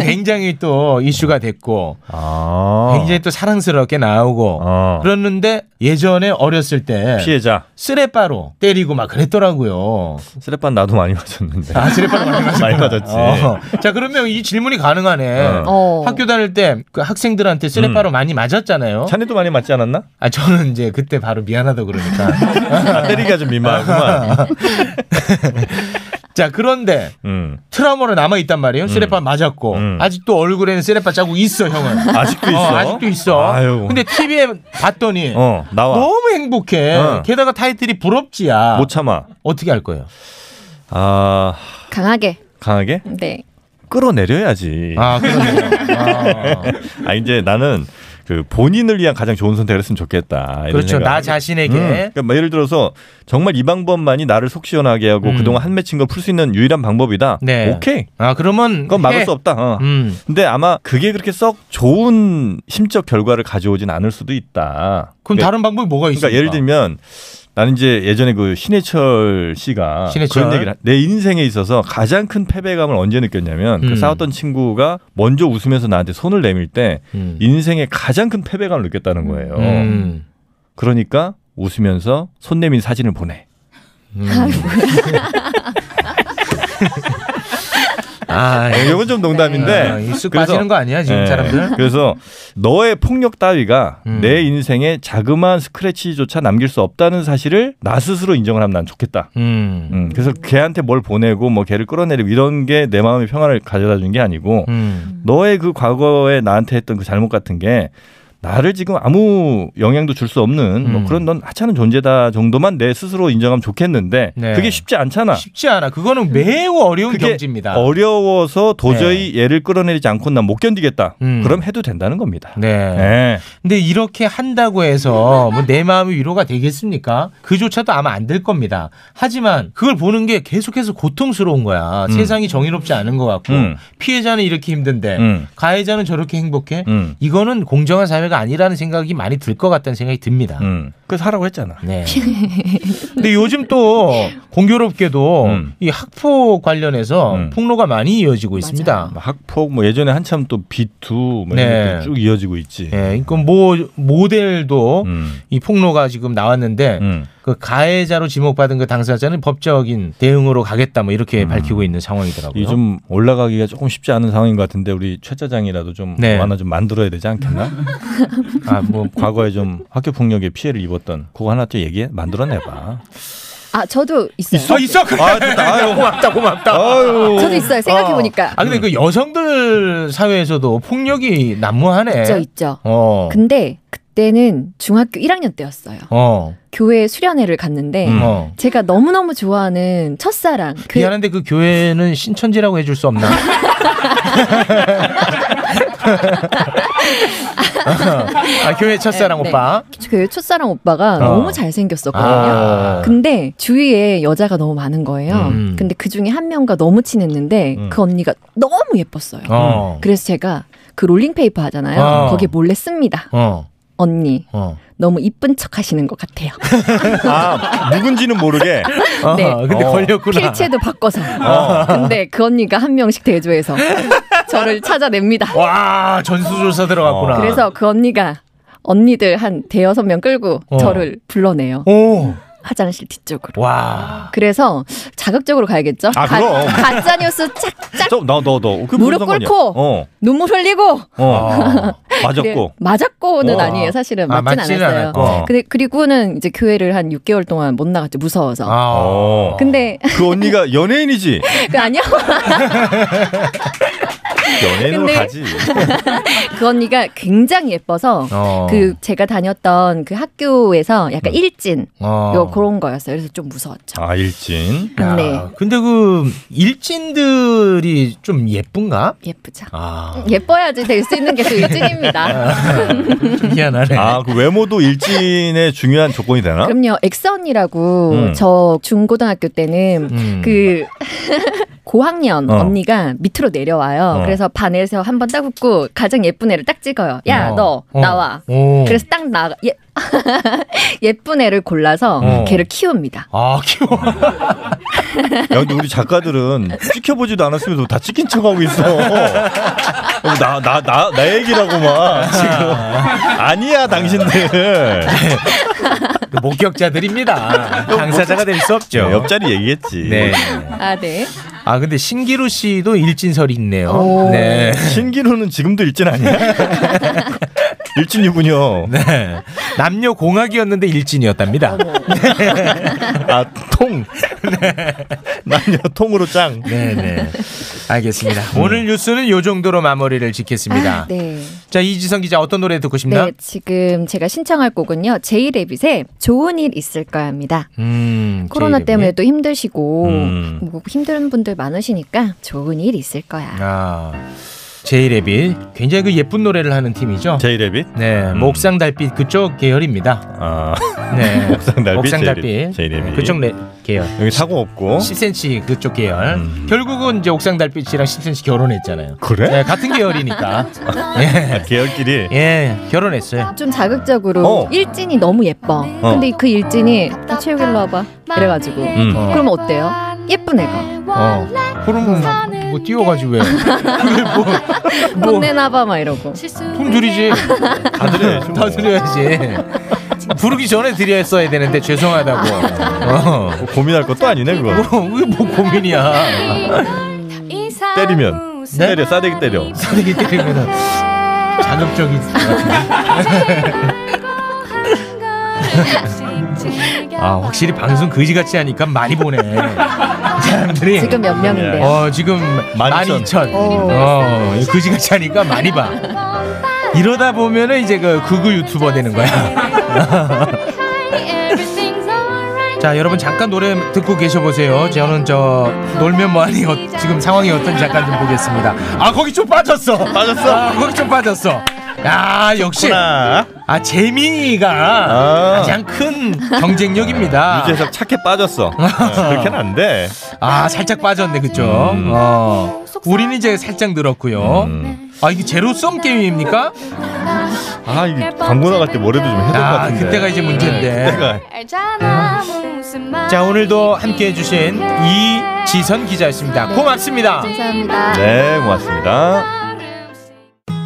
S4: 굉장히 또 이슈가 됐고
S3: 아.
S4: 굉장히 또 사랑스럽게 나오고
S3: 어.
S4: 그랬는데 예전에 어렸을 때
S3: 피해자.
S4: 쓰레빠로 때리고 막 그랬더라고요.
S3: 쓰레반 나도 많이 맞았는데.
S4: 아 쓰레빠로
S3: 많이 맞았지.
S4: 어. 자 그러면 이 질문이 가능하네.
S3: 어. 음.
S1: 어.
S4: 학교 다닐 때 그 학생들한테 쓰레빠로 많이 맞았잖아요.
S3: 자네도 많이 맞지 않았나?
S4: 아 저는 이제 그때 바로 미안하다 그러니까.
S3: 아, 때리기가 좀 민망하구만.
S4: 자 그런데
S3: 음.
S4: 트라우마로 남아 있단 말이에요. 쓰레빠 맞았고
S3: 음.
S4: 아직도 얼굴에는 쓰레빠 자국 있어 형은.
S3: 아직도 있어.
S4: 어, 아직도 있어.
S3: 아유.
S4: 근데 TV에 봤더니
S3: 어, 나와.
S4: 너무 행복해.
S3: 어.
S4: 게다가 타이틀이 부럽지야.
S3: 못 참아.
S4: 어떻게 할 거예요?
S3: 아,
S1: 강하게.
S3: 강하게
S1: 네.
S3: 끌어내려야지. 아,
S4: 아, 그러네요. 아.
S3: 이제 나는 그 본인을 위한 가장 좋은 선택을 했으면 좋겠다. 이런
S4: 그렇죠.
S3: 생각.
S4: 나 자신에게
S3: 네, 음, 그러니까 뭐 예를 들어서 정말 이 방법만이 나를 속 시원하게 하고
S4: 음.
S3: 그동안 한 맺힌 걸 풀 수 있는 유일한 방법이다.
S4: 네.
S3: 오케이.
S4: 아 그러면
S3: 그건 막을
S4: 해.
S3: 수 없다. 어.
S4: 음.
S3: 근데 아마 그게 그렇게 썩 좋은 심적 결과를 가져오진 않을 수도 있다.
S4: 그럼
S3: 네.
S4: 다른 방법이 뭐가 있어요?
S3: 그러니까 예를 들면 나는 이제 예전에 그 신해철 씨가
S4: 신해철.
S3: 그런 얘기를 하- 내 인생에 있어서 가장 큰 패배감을 언제 느꼈냐면
S4: 음.
S3: 그 싸웠던 친구가 먼저 웃으면서 나한테 손을 내밀 때
S4: 음.
S3: 인생에 가장 큰 패배감을 느꼈다는 거예요.
S4: 음.
S3: 그러니까 웃으면서 손 내민 사진을 보내.
S4: 아,
S3: 이건 좀
S4: 아,
S3: 농담인데
S4: 이쑥
S3: 그래서-
S4: 빠지는 거 아니야 지금
S3: 예.
S4: 사람들?
S3: 그래서 너의 폭력 따위가
S4: 음.
S3: 내 인생에 자그마한 스크래치조차 남길 수 없다는 사실을 나 스스로 인정을 하면 난 좋겠다.
S4: 음.
S3: 음, 그래서 걔한테 뭘 보내고 뭐 걔를 끌어내리고 이런 게 내 마음의 평안을 가져다 준 게 아니고
S4: 음.
S3: 너의 그 과거에 나한테 했던 그 잘못 같은 게 나를 지금 아무 영향도 줄 수 없는 뭐
S4: 음.
S3: 그런 넌 하찮은 존재다 정도만 내 스스로 인정하면 좋겠는데
S4: 네.
S3: 그게 쉽지 않잖아.
S4: 쉽지 않아. 그거는 매우 어려운
S3: 그게
S4: 경지입니다. 네.
S3: 어려워서 도저히 얘를 끌어내리지 않고 난 못 견디겠다.
S4: 음.
S3: 그럼 해도 된다는 겁니다.
S4: 네.
S3: 네.
S4: 근데 이렇게 한다고 해서 뭐 내 마음이 위로가 되겠습니까? 그조차도 아마 안 될 겁니다. 하지만 그걸 보는 게 계속해서 고통스러운 거야. 세상이 정의롭지 않은 것 같고
S3: 음.
S4: 피해자는 이렇게 힘든데
S3: 음.
S4: 가해자는 저렇게 행복해.
S3: 음.
S4: 이거는 공정한 사회가 아니라는 생각이 많이 들 것 같다는 생각이 듭니다.
S3: 음. 그래서 하라고 했잖아.
S4: 네. 근데 요즘 또 공교롭게도
S3: 음.
S4: 이 학포 관련해서
S3: 음.
S4: 폭로가 많이 이어지고 있습니다.
S3: 뭐 학폭 뭐 예전에 한참 또 B2 뭐 이런
S4: 네.
S3: 것들이 쭉 이어지고 있지.
S4: 예, 그뭐 모델도
S3: 음.
S4: 이 폭로가 지금 나왔는데
S3: 음.
S4: 그 가해자로 지목받은 그 당사자는 법적인 대응으로 가겠다 뭐 이렇게
S3: 음.
S4: 밝히고 있는 상황이더라고요.
S3: 이좀 올라가기가 조금 쉽지 않은 상황인 것 같은데 우리 최 차장이라도 좀
S4: 네.
S3: 완화 좀 만들어야 되지 않겠나?
S4: 아뭐
S3: 과거에 좀 학교 폭력에 피해를 입었던 그거 하나 또 얘기해 만들어내봐.
S1: 아, 저도 있어요.
S4: 있어 그
S3: 아 됐다. 아유,
S4: 고맙다 고맙다.
S1: 저도 있어요. 아, 생각해 보니까.
S4: 아 근데 그 여성들 사회에서도 폭력이 난무하네.
S1: 있죠, 있죠.
S4: 어.
S1: 근데 그때는 중학교 1학년 때였어요.
S4: 어.
S1: 교회 수련회를 갔는데
S3: 음.
S4: 어.
S1: 제가 너무너무 좋아하는 첫사랑 그
S4: 미안한데 그 교회는 신천지라고 해줄 수 없나? 아, 교회 첫사랑
S1: 네.
S4: 오빠.
S1: 교회 첫사랑 오빠가 너무 잘생겼었거든요.
S4: 어. 아.
S1: 근데 주위에 여자가 너무 많은 거예요.
S4: 음.
S1: 근데 그 중에 한 명과 너무 친했는데
S3: 음.
S1: 그 언니가 너무 예뻤어요.
S4: 어.
S1: 그래서 제가 그 롤링페이퍼 하잖아요.
S4: 어.
S1: 거기에 몰래 씁니다.
S4: 어.
S1: 언니,
S4: 어.
S1: 너무 이쁜 척 하시는 것 같아요.
S3: 아 누군지는 모르게.
S4: 어.
S1: 네.
S4: 근데
S3: 어.
S4: 걸렸구나.
S1: 필체도 바꿔서. 근데 그 언니가 한 명씩 대조해서 저를 찾아냅니다.
S4: 와 전수조사 들어갔구나.
S3: 어.
S1: 그래서 그 언니가 언니들 한 대여섯 명 끌고
S4: 어.
S1: 저를 불러내요.
S4: 오
S1: 화장실 뒤쪽으로.
S4: 와.
S1: 그래서 자극적으로 가야겠죠.
S3: 아, 그럼.
S1: 가짜 뉴스 짝짝
S3: 저너너너 그
S1: 무릎 꿇고.
S3: 어어
S1: 눈물 흘리고 그래,
S3: 아, 맞았고
S1: 맞았고는
S3: 와.
S1: 아니에요. 사실은
S4: 아,
S1: 맞진
S4: 맞지는
S1: 않았어요.
S4: 않았고.
S3: 어.
S1: 근데 그리고는 이제 교회를 한 6개월 동안 못 나갔죠. 무서워서.
S4: 아.
S3: 어.
S1: 근데
S3: 그 언니가 연예인이지
S1: 그 아니요.
S3: 연예인으로
S1: 근데-
S3: 가지
S1: 그 언니가 굉장히 예뻐서
S4: 어.
S1: 그 제가 다녔던 그 학교에서 약간 일진
S4: 어.
S1: 요 그런 거였어요. 그래서 좀 무서웠죠.
S3: 아 일진
S4: 야,
S1: 네.
S4: 근데 그 일진들이 좀 예쁜가?
S1: 예쁘죠.
S4: 아.
S1: 예뻐야지 될 수 있는 게 또
S4: 어.
S1: 일진입니다.
S4: 미안하네.
S3: 아 그 외모도 일진의 중요한 조건이 되나
S1: 그럼요. 엑스 언니라고
S3: 음.
S1: 저 중고등학교 때는
S4: 음.
S1: 그 고학년
S3: 어.
S1: 언니가 밑으로 내려와요.
S3: 어.
S1: 그래서 반에서 한 번 딱 웃고 가장 예쁜 애를 딱 찍어요. 야,
S4: 어.
S1: 너
S4: 어.
S1: 나와.
S4: 오.
S1: 그래서 딱 나가 예, 예쁜 애를 골라서
S4: 어.
S1: 걔를 키웁니다.
S4: 아 귀여워.
S3: 야, 근데 우리 작가들은 찍혀보지도 않았으면서 다 찍힌 척하고 있어. 나, 나, 나, 나 얘기라고만 지금. 아니야,
S4: 네,
S3: 당신들.
S4: 그 목격자들입니다. 당사자가 될 수 없죠.
S3: 네, 옆자리 얘기했지.
S4: 네.
S1: 아, 네.
S4: 아 근데 신기루 씨도 일진설이 있네요.
S1: 오.
S4: 네.
S3: 신기루는 지금도 일진 아니야? 일진 유부녀.
S4: 네. 남녀 공학이었는데 일진이었답니다.
S3: 아, 통.
S4: 네.
S3: 남녀 통으로 짱.
S4: 네네. 알겠습니다. 오늘 뉴스는 요 정도로 마무리를 짓겠습니다.
S1: 음. 아, 네.
S4: 자 이지성 기자 어떤 노래 듣고 싶나?
S1: 네, 지금 제가 신청할 곡은요. 제이레빗의 좋은 일 있을 거야입니다.
S4: 음,
S1: 코로나
S4: 제이레빗.
S1: 때문에 또 힘드시고
S3: 음.
S1: 뭐 힘든 분들 많으시니까 좋은 일 있을 거야.
S4: 아 제이레빗 굉장히 그 예쁜 노래를 하는 팀이죠.
S3: 제이레빗? 음.
S4: 네 목상 달빛 그쪽 계열입니다.
S3: 아,
S4: 네
S3: 목상 달빛,
S4: 목상
S3: 제이레빗.
S4: 달빛 네,
S3: 제이레빗.
S4: 그쪽 레, 계열.
S3: 여기 사고 없고.
S4: 10cm 그쪽 계열.
S3: 음.
S4: 결국은 이제 옥상 달빛이랑 10cm 결혼했잖아요.
S3: 그래? 아,
S4: 네, 같은 계열이니까. 예,
S3: 계열끼리.
S4: 예, 결혼했어요.
S1: 좀 자극적으로
S3: 어.
S1: 일진이 너무 예뻐.
S3: 어.
S1: 근데 그 일진이 최욱일로 와봐. 이래가지고
S3: 음.
S4: 어.
S1: 그럼 아, 어때요? 예쁜 애가
S4: 어. 그럼 뭐 뛰어가지 왜? 그게 뭐, 뭐
S1: 혼내나봐 막 이러고.
S4: 돈 드리지. 네,
S3: 다 드려야지, 뭐.
S4: 다 드려야지. 부르기 전에 드렸어야 되는데 죄송하다고. 어.
S3: 고민할 것도 아니네, 그거.
S4: 뭐, 그게 뭐 고민이야.
S3: 때리면.
S4: 네?
S3: 때려, 싸대기 때려.
S4: 사대기 때리면 자극적인. 아 확실히 방송 그지같이 하니까 많이 보네. 사람들이.
S1: 지금 몇 명인데요?
S4: 어 지금
S3: 만 이천.
S4: 12,000. 어, 그지같이 하니까 많이 봐. 이러다 보면은 이제 그 극우 유튜버 되는 거야. 자, 여러분 잠깐 노래 듣고 계셔 보세요. 저는 저 놀면 뭐하니 어, 지금 상황이 어떤지 잠깐 좀 보겠습니다. 아, 거기 좀 빠졌어. 빠졌어. 아, 거기 좀 빠졌어. 야, 역시
S3: 하나.
S4: 아, 재미가
S3: 아.
S4: 가장 큰 경쟁력입니다.
S3: 유재석 착해 빠졌어. 네, 그렇게는 안 돼.
S4: 아 살짝 빠졌네 그죠?
S3: 음.
S4: 어 우리는 이제 살짝 늘었고요.
S3: 음.
S4: 아 이게 제로섬 게임입니까?
S3: 아, 이게 광고 나갈 때 뭐래도 좀 해야 될 것
S4: 아
S3: 같은데.
S4: 그때가 이제
S5: 네,
S4: 문제인데.
S3: 그때가.
S4: 자 오늘도 함께해 주신 이지선 기자였습니다. 고맙습니다.
S1: 감사합니다.
S3: 네, 고맙습니다.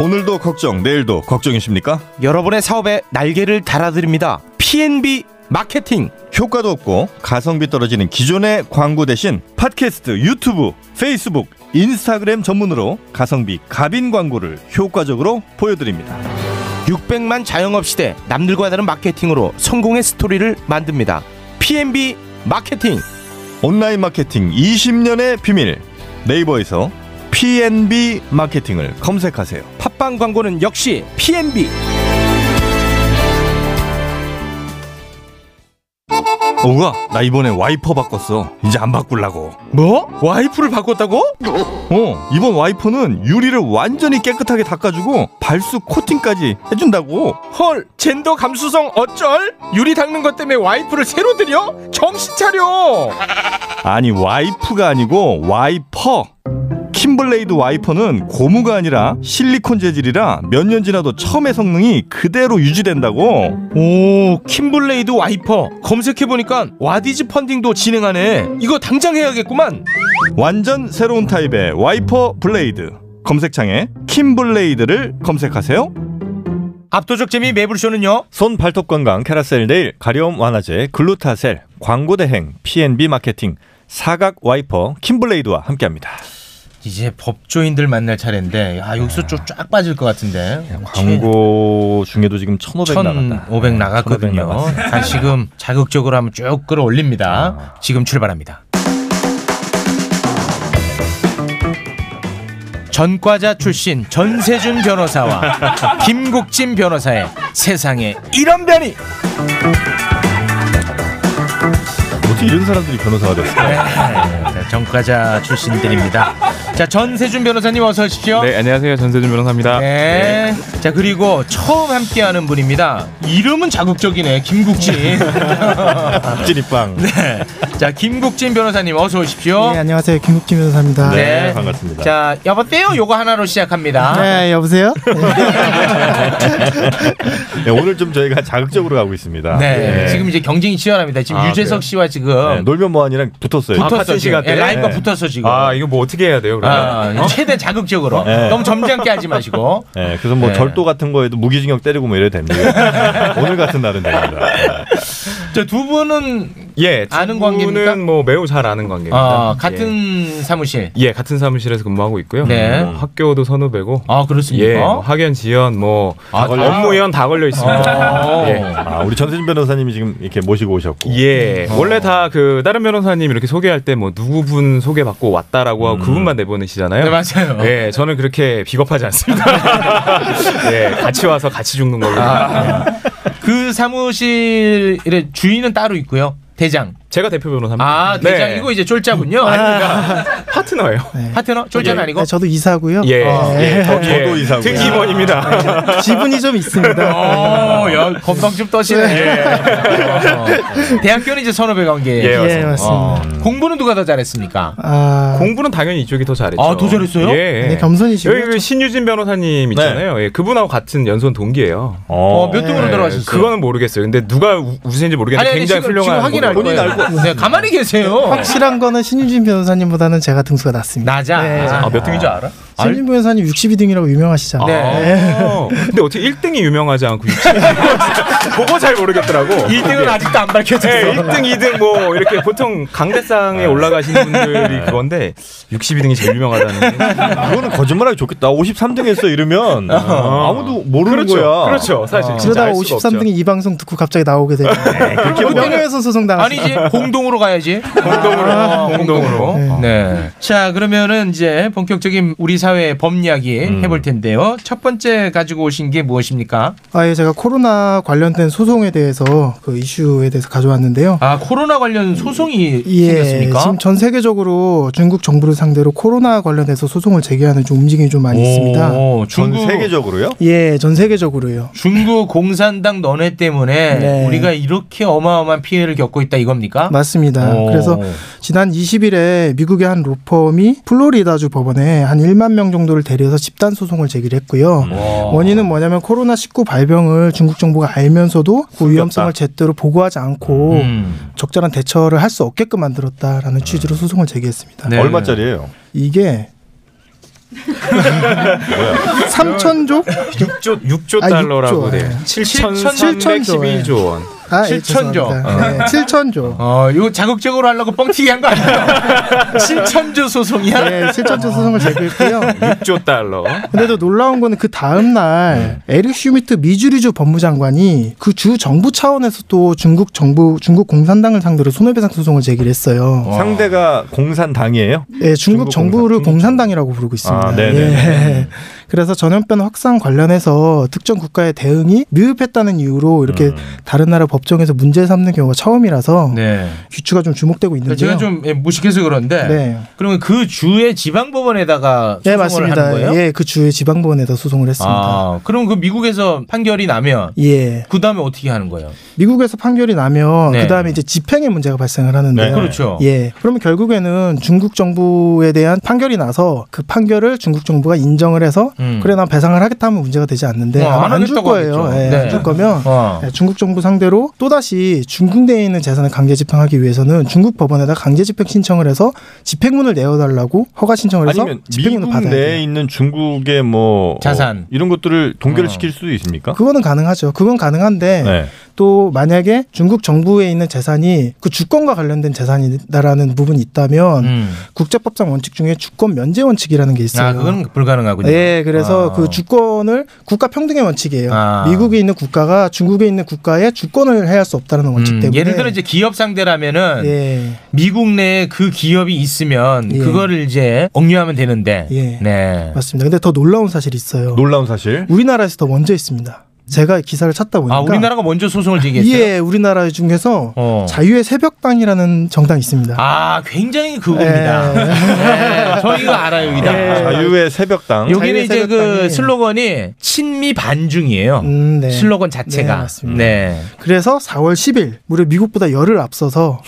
S3: 오늘도 걱정, 내일도 걱정이십니까?
S5: 여러분의 사업에 날개를 달아드립니다. PNB 마케팅,
S3: 효과도 없고 가성비 떨어지는 기존의 광고 대신 팟캐스트, 유튜브, 페이스북, 인스타그램 전문으로 가성비 갑인 광고를 효과적으로 보여드립니다.
S5: 600만 자영업 시대 남들과 다른 마케팅으로 성공의 스토리를 만듭니다. PMB 마케팅
S3: 온라인 마케팅 20년의 비밀 네이버에서 PNB 마케팅을 검색하세요.
S5: 팟빵 광고는 역시 PMB.
S3: 오가 나 이번에 와이퍼 바꿨어. 이제 안 바꾸려고.
S5: 뭐? 와이프를 바꿨다고?
S3: 어 이번 와이퍼는 유리를 완전히 깨끗하게 닦아주고 발수 코팅까지 해준다고.
S5: 헐, 젠더 감수성 어쩔? 유리 닦는 것 때문에 와이프를 새로 들여? 정신 차려!
S3: 아니 와이프가 아니고 와이퍼. 킴블레이드 와이퍼는 고무가 아니라 실리콘 재질이라 몇 년 지나도 처음의 성능이 그대로 유지된다고.
S5: 오, 킴블레이드 와이퍼. 검색해보니까 와디즈 펀딩도 진행하네. 이거 당장 해야겠구만.
S3: 완전 새로운 타입의 와이퍼 블레이드. 검색창에 킴블레이드를 검색하세요.
S5: 압도적 재미 매불쇼는요?
S3: 손 발톱 건강 캐라셀 네일 가려움 완화제 글루타셀 광고 대행 PNB 마케팅 사각 와이퍼 킴블레이드와 함께합니다.
S4: 이제 법조인들 만날 차례인데 아 여기서 좀 쫙 빠질 것 같은데
S3: 광고 중에도 지금 1,500 나갔다.
S4: 1,500
S3: 1500
S4: 나갔거든요.
S3: 나갔어요. 아.
S4: 다 지금 자극적으로 한번 쭉 끌어올립니다. 지금 출발합니다.
S5: 전과자 출신 전세준 변호사와 김국진 변호사의 세상에 이런 변이!
S3: 어떻게 뭐 이런 사람들이 변호사가 됐을까?
S4: 자, 네, 전과자 출신들입니다. 자 전세준 변호사님 어서 오십시오.
S7: 네, 안녕하세요. 전세준 변호사입니다.
S4: 네. 자 그리고 처음 함께하는 분입니다. 이름은 자극적이네. 김국진.
S3: 찌리빵.
S4: 네. 자 김국진 변호사님 어서 오십시오.
S8: 네, 안녕하세요. 김국진 변호사입니다.
S4: 네.
S3: 네, 반갑습니다.
S4: 자 여보세요. 요거 하나로 시작합니다.
S8: 네, 여보세요?
S3: 네, 오늘 좀 저희가 자극적으로 가고 있습니다.
S4: 네. 지금 이제 경쟁이 치열합니다. 지금
S7: 예. 아,
S4: 유재석
S7: 그래요?
S4: 씨와 지금
S3: 네, 놀면 뭐하니랑 붙었어요.
S4: 붙었어
S7: 같은
S4: 지금.
S7: 시간대에?
S4: 예, 라인과
S3: 네.
S4: 붙었어 지금.
S7: 아, 이거 뭐 어떻게 해야 돼요, 그러면?
S4: 아, 최대한 자극적으로
S3: 네.
S4: 너무 점잖게 하지 마시고
S3: 네, 그래서 뭐
S4: 네.
S3: 절도 같은 거에도 무기징역 때리고 뭐 이래도 됩니다. 네, 오늘 같은 날은 됩니다. 네.
S4: 저 두 분은
S7: 예, 두
S4: 아는
S7: 분은
S4: 관계입니까?
S7: 뭐 매우 잘 아는 관계입니다.
S4: 어,
S7: 예.
S4: 같은 사무실
S7: 예, 같은 사무실에서 근무하고 있고요.
S4: 네.
S7: 뭐 학교도 선후배고.
S4: 아 그렇습니까?
S7: 예, 뭐 학연, 지연, 뭐
S4: 아,
S7: 다-
S4: 다-
S7: 업무 연다 걸려 있습니다.
S4: 어.
S7: 예.
S3: 아, 우리 전세진 변호사님이 지금 이렇게 모시고 오셨고.
S7: 예,
S4: 어.
S7: 원래 다 그 다른 변호사님 이렇게 소개할 때 뭐 누구분 소개받고 왔다라고 하고 그분만
S4: 음.
S7: 내보내시잖아요.
S4: 네, 맞아요.
S7: 예, 저는 그렇게 비겁하지 않습니다. 예, 같이 와서 같이 죽는 걸로.
S4: 아. 그 사무실의 주인은 따로 있고요. 대장.
S7: 제가 대표 변호사입니다. 네.
S4: 아 대장이고 이제 쫄자군요. 아닙니까?
S7: 파트너요.
S4: 파트너 쫄자는 아니고.
S8: 네, 저도 이사고요.
S7: 예,
S8: 어,
S7: 예,
S3: 저- 네. 저도 이사고요. 아.
S7: 특임원입니다.
S4: 예.
S8: 지분이 좀 있습니다.
S4: 오, 야, 건방 좀 떠시네. 어. 대학교는 이제 선후배 관계.
S7: 예,
S8: 예,
S7: 맞습니다.
S8: 맞습니다.
S4: 어. 공부는 누가 더 잘했습니까?
S8: 아,
S7: 공부는 당연히 이쪽이 더 잘했죠.
S4: 아, 더 잘했어요?
S7: 예.
S8: 네, 겸손이시고요.
S7: 여기 그 신유진
S3: 네.
S7: 변호사님 있잖아요. 예, 그분하고 같은 연손 동기예요.
S4: 어,
S3: 어,
S4: 몇 등으로
S8: 네,
S4: 들어가셨어요?
S7: 그거는 모르겠어요. 근데 누가 우- 우세인지 모르겠는데 굉장히
S4: 지금,
S7: 훌륭한
S4: 지금 확인할
S7: 분이에요.
S4: 거예요. 네, 가만히 계세요.
S8: 확실한 거는 신유진 변호사님보다는 제가 등수가 낮습니다.
S4: 낮아.
S8: 네.
S4: 낮아.
S7: 아, 몇 등인 줄 알아?
S8: 신유진 변호사님 62등이라고 유명하시잖아요.
S4: 네.
S7: 아, 근데 어떻게 1등이 유명하지 않고 2등이 그거 잘 모르겠더라고.
S4: 1등은 아직도 안 밝혀졌어.
S7: 네, 1등, 2등 뭐 이렇게 보통 강대상에 올라가시는 분들이 그건데 62등이 제일 유명하다는 게.
S3: 그거는 거짓말하기 좋겠다. 53등 했어 이러면 어, 아무도 모르는
S7: 그렇죠.
S3: 거야.
S7: 그렇죠. 사실 진짜
S8: 그러다가
S7: 알 수가 없죠. 네,
S8: 53등이 이 방송 듣고 갑자기 나오게 되면 뭐 명예훼손 소송
S4: 아니
S8: 당하시죠.
S4: 이제 공동으로 가야지. 아, 공동으로. 공동으로. 네. 자 그러면은 이제 본격적인 우리 사회의 법 이야기 해볼 텐데요. 첫 번째 가지고 오신 게 무엇입니까?
S8: 아예 제가 코로나 관련된 소송에 대해서 그 이슈에 대해서 가져왔는데요.
S4: 아 코로나 관련 소송이
S8: 예,
S4: 생겼습니까?
S8: 지금 전 세계적으로 중국 정부를 상대로 코로나 관련해서 소송을 제기하는 좀 움직임이 좀 많이 있습니다.
S4: 오,
S3: 전
S4: 중국
S3: 그 세계적으로요?
S8: 예, 전 세계적으로요.
S4: 중국 공산당 너네 때문에
S8: 네.
S4: 우리가 이렇게 어마어마한 피해를 겪고 있다 이겁니까?
S8: 맞습니다.
S4: 오.
S8: 그래서 지난 20일에 미국의 한 로펌이 플로리다주 법원에 한 1만 명 정도를 대리해서 집단 소송을 제기를 했고요.
S4: 음.
S8: 원인은 뭐냐면 코로나19 발병을 중국 정부가 알면서도 그 위험성을 제대로 보고하지 않고
S4: 음.
S8: 적절한 대처를 할 수 없게끔 만들었다라는 취지로 소송을 제기했습니다.
S4: 네.
S3: 얼마짜리예요?
S8: 이게 3천조?
S7: 6조, 6조
S8: 아,
S7: 달러라고
S8: 육조.
S7: 돼요.
S8: 네.
S7: 7,312조
S8: 칠천조, 예.
S7: 원.
S8: 아, 예,
S4: 7천조.
S8: 죄송합니다. 네, 7천조.
S4: 어, 이거 자극적으로 하려고 뻥튀기 한 거 아니에요? 7천조 소송이야?
S8: 네, 7천조 소송을 제기했고요.
S7: 6조 달러.
S8: 근데 또 놀라운 거는 그 다음 날 에릭 슈미트 미주리주 법무장관이 그 주 정부 차원에서 또 중국 정부 중국 공산당을 상대로 손해배상 소송을 제기했어요.
S3: 상대가 공산당이에요?
S8: 예, 중국, 정부를 공산당이라고 부르고 있습니다.
S3: 아, 네네.
S8: 예. 그래서 전염병 확산 관련해서 특정 국가의 대응이 미흡했다는 이유로 이렇게 다른 나라 법정에서 문제 삼는 경우가 처음이라서
S4: 네.
S8: 귀추가 좀 주목되고 있는데요.
S4: 제가 좀 예, 무식해서 그런데
S8: 네.
S4: 그러면 그 주의 지방법원에다가 소송을
S8: 예,
S4: 하는 거예요?
S8: 맞습니다. 예, 그 주의 지방법원에다 소송을 했습니다.
S4: 아, 그럼 그 미국에서 판결이 나면
S8: 예.
S4: 그 다음에 어떻게 하는 거예요?
S8: 미국에서 판결이 나면
S4: 네.
S8: 그다음에 이제 집행의 문제가 발생을 하는데요.
S4: 네, 그렇죠.
S8: 예. 그러면 결국에는 중국 정부에 대한 판결이 나서 그 판결을 중국 정부가 인정을 해서
S4: 음.
S8: 그래 난 배상을 하겠다 하면 문제가 되지 않는데
S4: 어, 안
S8: 아마 안줄
S4: 하겠다고
S8: 거예요.
S4: 하겠죠.
S8: 예,
S4: 네.
S8: 안줄 거면
S4: 어.
S8: 예, 중국 정부 상대로 또다시 중국 내에 있는 재산을 강제 집행하기 위해서는 중국 법원에다 강제 집행 신청을 해서 집행문을 내어 달라고 허가 신청을 해서
S3: 아니면
S8: 집행문을
S3: 미국
S8: 받아야 돼요.
S3: 내에 있는 중국의 뭐
S4: 자산.
S3: 어, 이런 것들을 동결시킬 수도 있습니까?
S8: 그거는 가능하죠. 그건 가능한데
S3: 네.
S8: 또 만약에 중국 정부에 있는 재산이 그 주권과 관련된 재산이다라는 부분이 있다면
S4: 음.
S8: 국제법상 원칙 중에 주권 면제 원칙이라는 게 있어요.
S4: 아, 그건 불가능하군요.
S8: 예, 그래서
S4: 아.
S8: 그 주권을 국가 평등의 원칙이에요.
S4: 아.
S8: 미국에 있는 국가가 중국에 있는 국가의 주권을 해할 수 없다는 원칙
S4: 음,
S8: 때문에
S4: 예를 들어 이제 기업 상대라면은
S8: 예,
S4: 미국 내에 그 기업이 있으면
S8: 예.
S4: 그거를 이제 억류하면 되는데
S8: 예.
S4: 네.
S8: 맞습니다. 근데 더 놀라운 사실이 있어요.
S3: 놀라운 사실.
S8: 우리나라에서 더 먼저 있습니다. 제가 기사를 찾다 보니까
S4: 아, 우리나라가 먼저 소송을 제기했어요.
S8: 그러니까 예, 우리나라 중에서
S4: 어.
S8: 자유의 새벽당이라는 정당이 있습니다.
S4: 아, 굉장히 그겁니다.
S8: 예.
S4: 네, 저희가 알아요, 여기다.
S3: 자유의 새벽당.
S4: 여기는 이제 그
S8: 자유세력당이-
S4: 슬로건이 친미 반중이에요.
S8: 음, 네.
S4: 슬로건 자체가.
S8: 네, 맞습니다.
S4: 네.
S8: 그래서 4월 10일 무려 미국보다 열흘 앞서서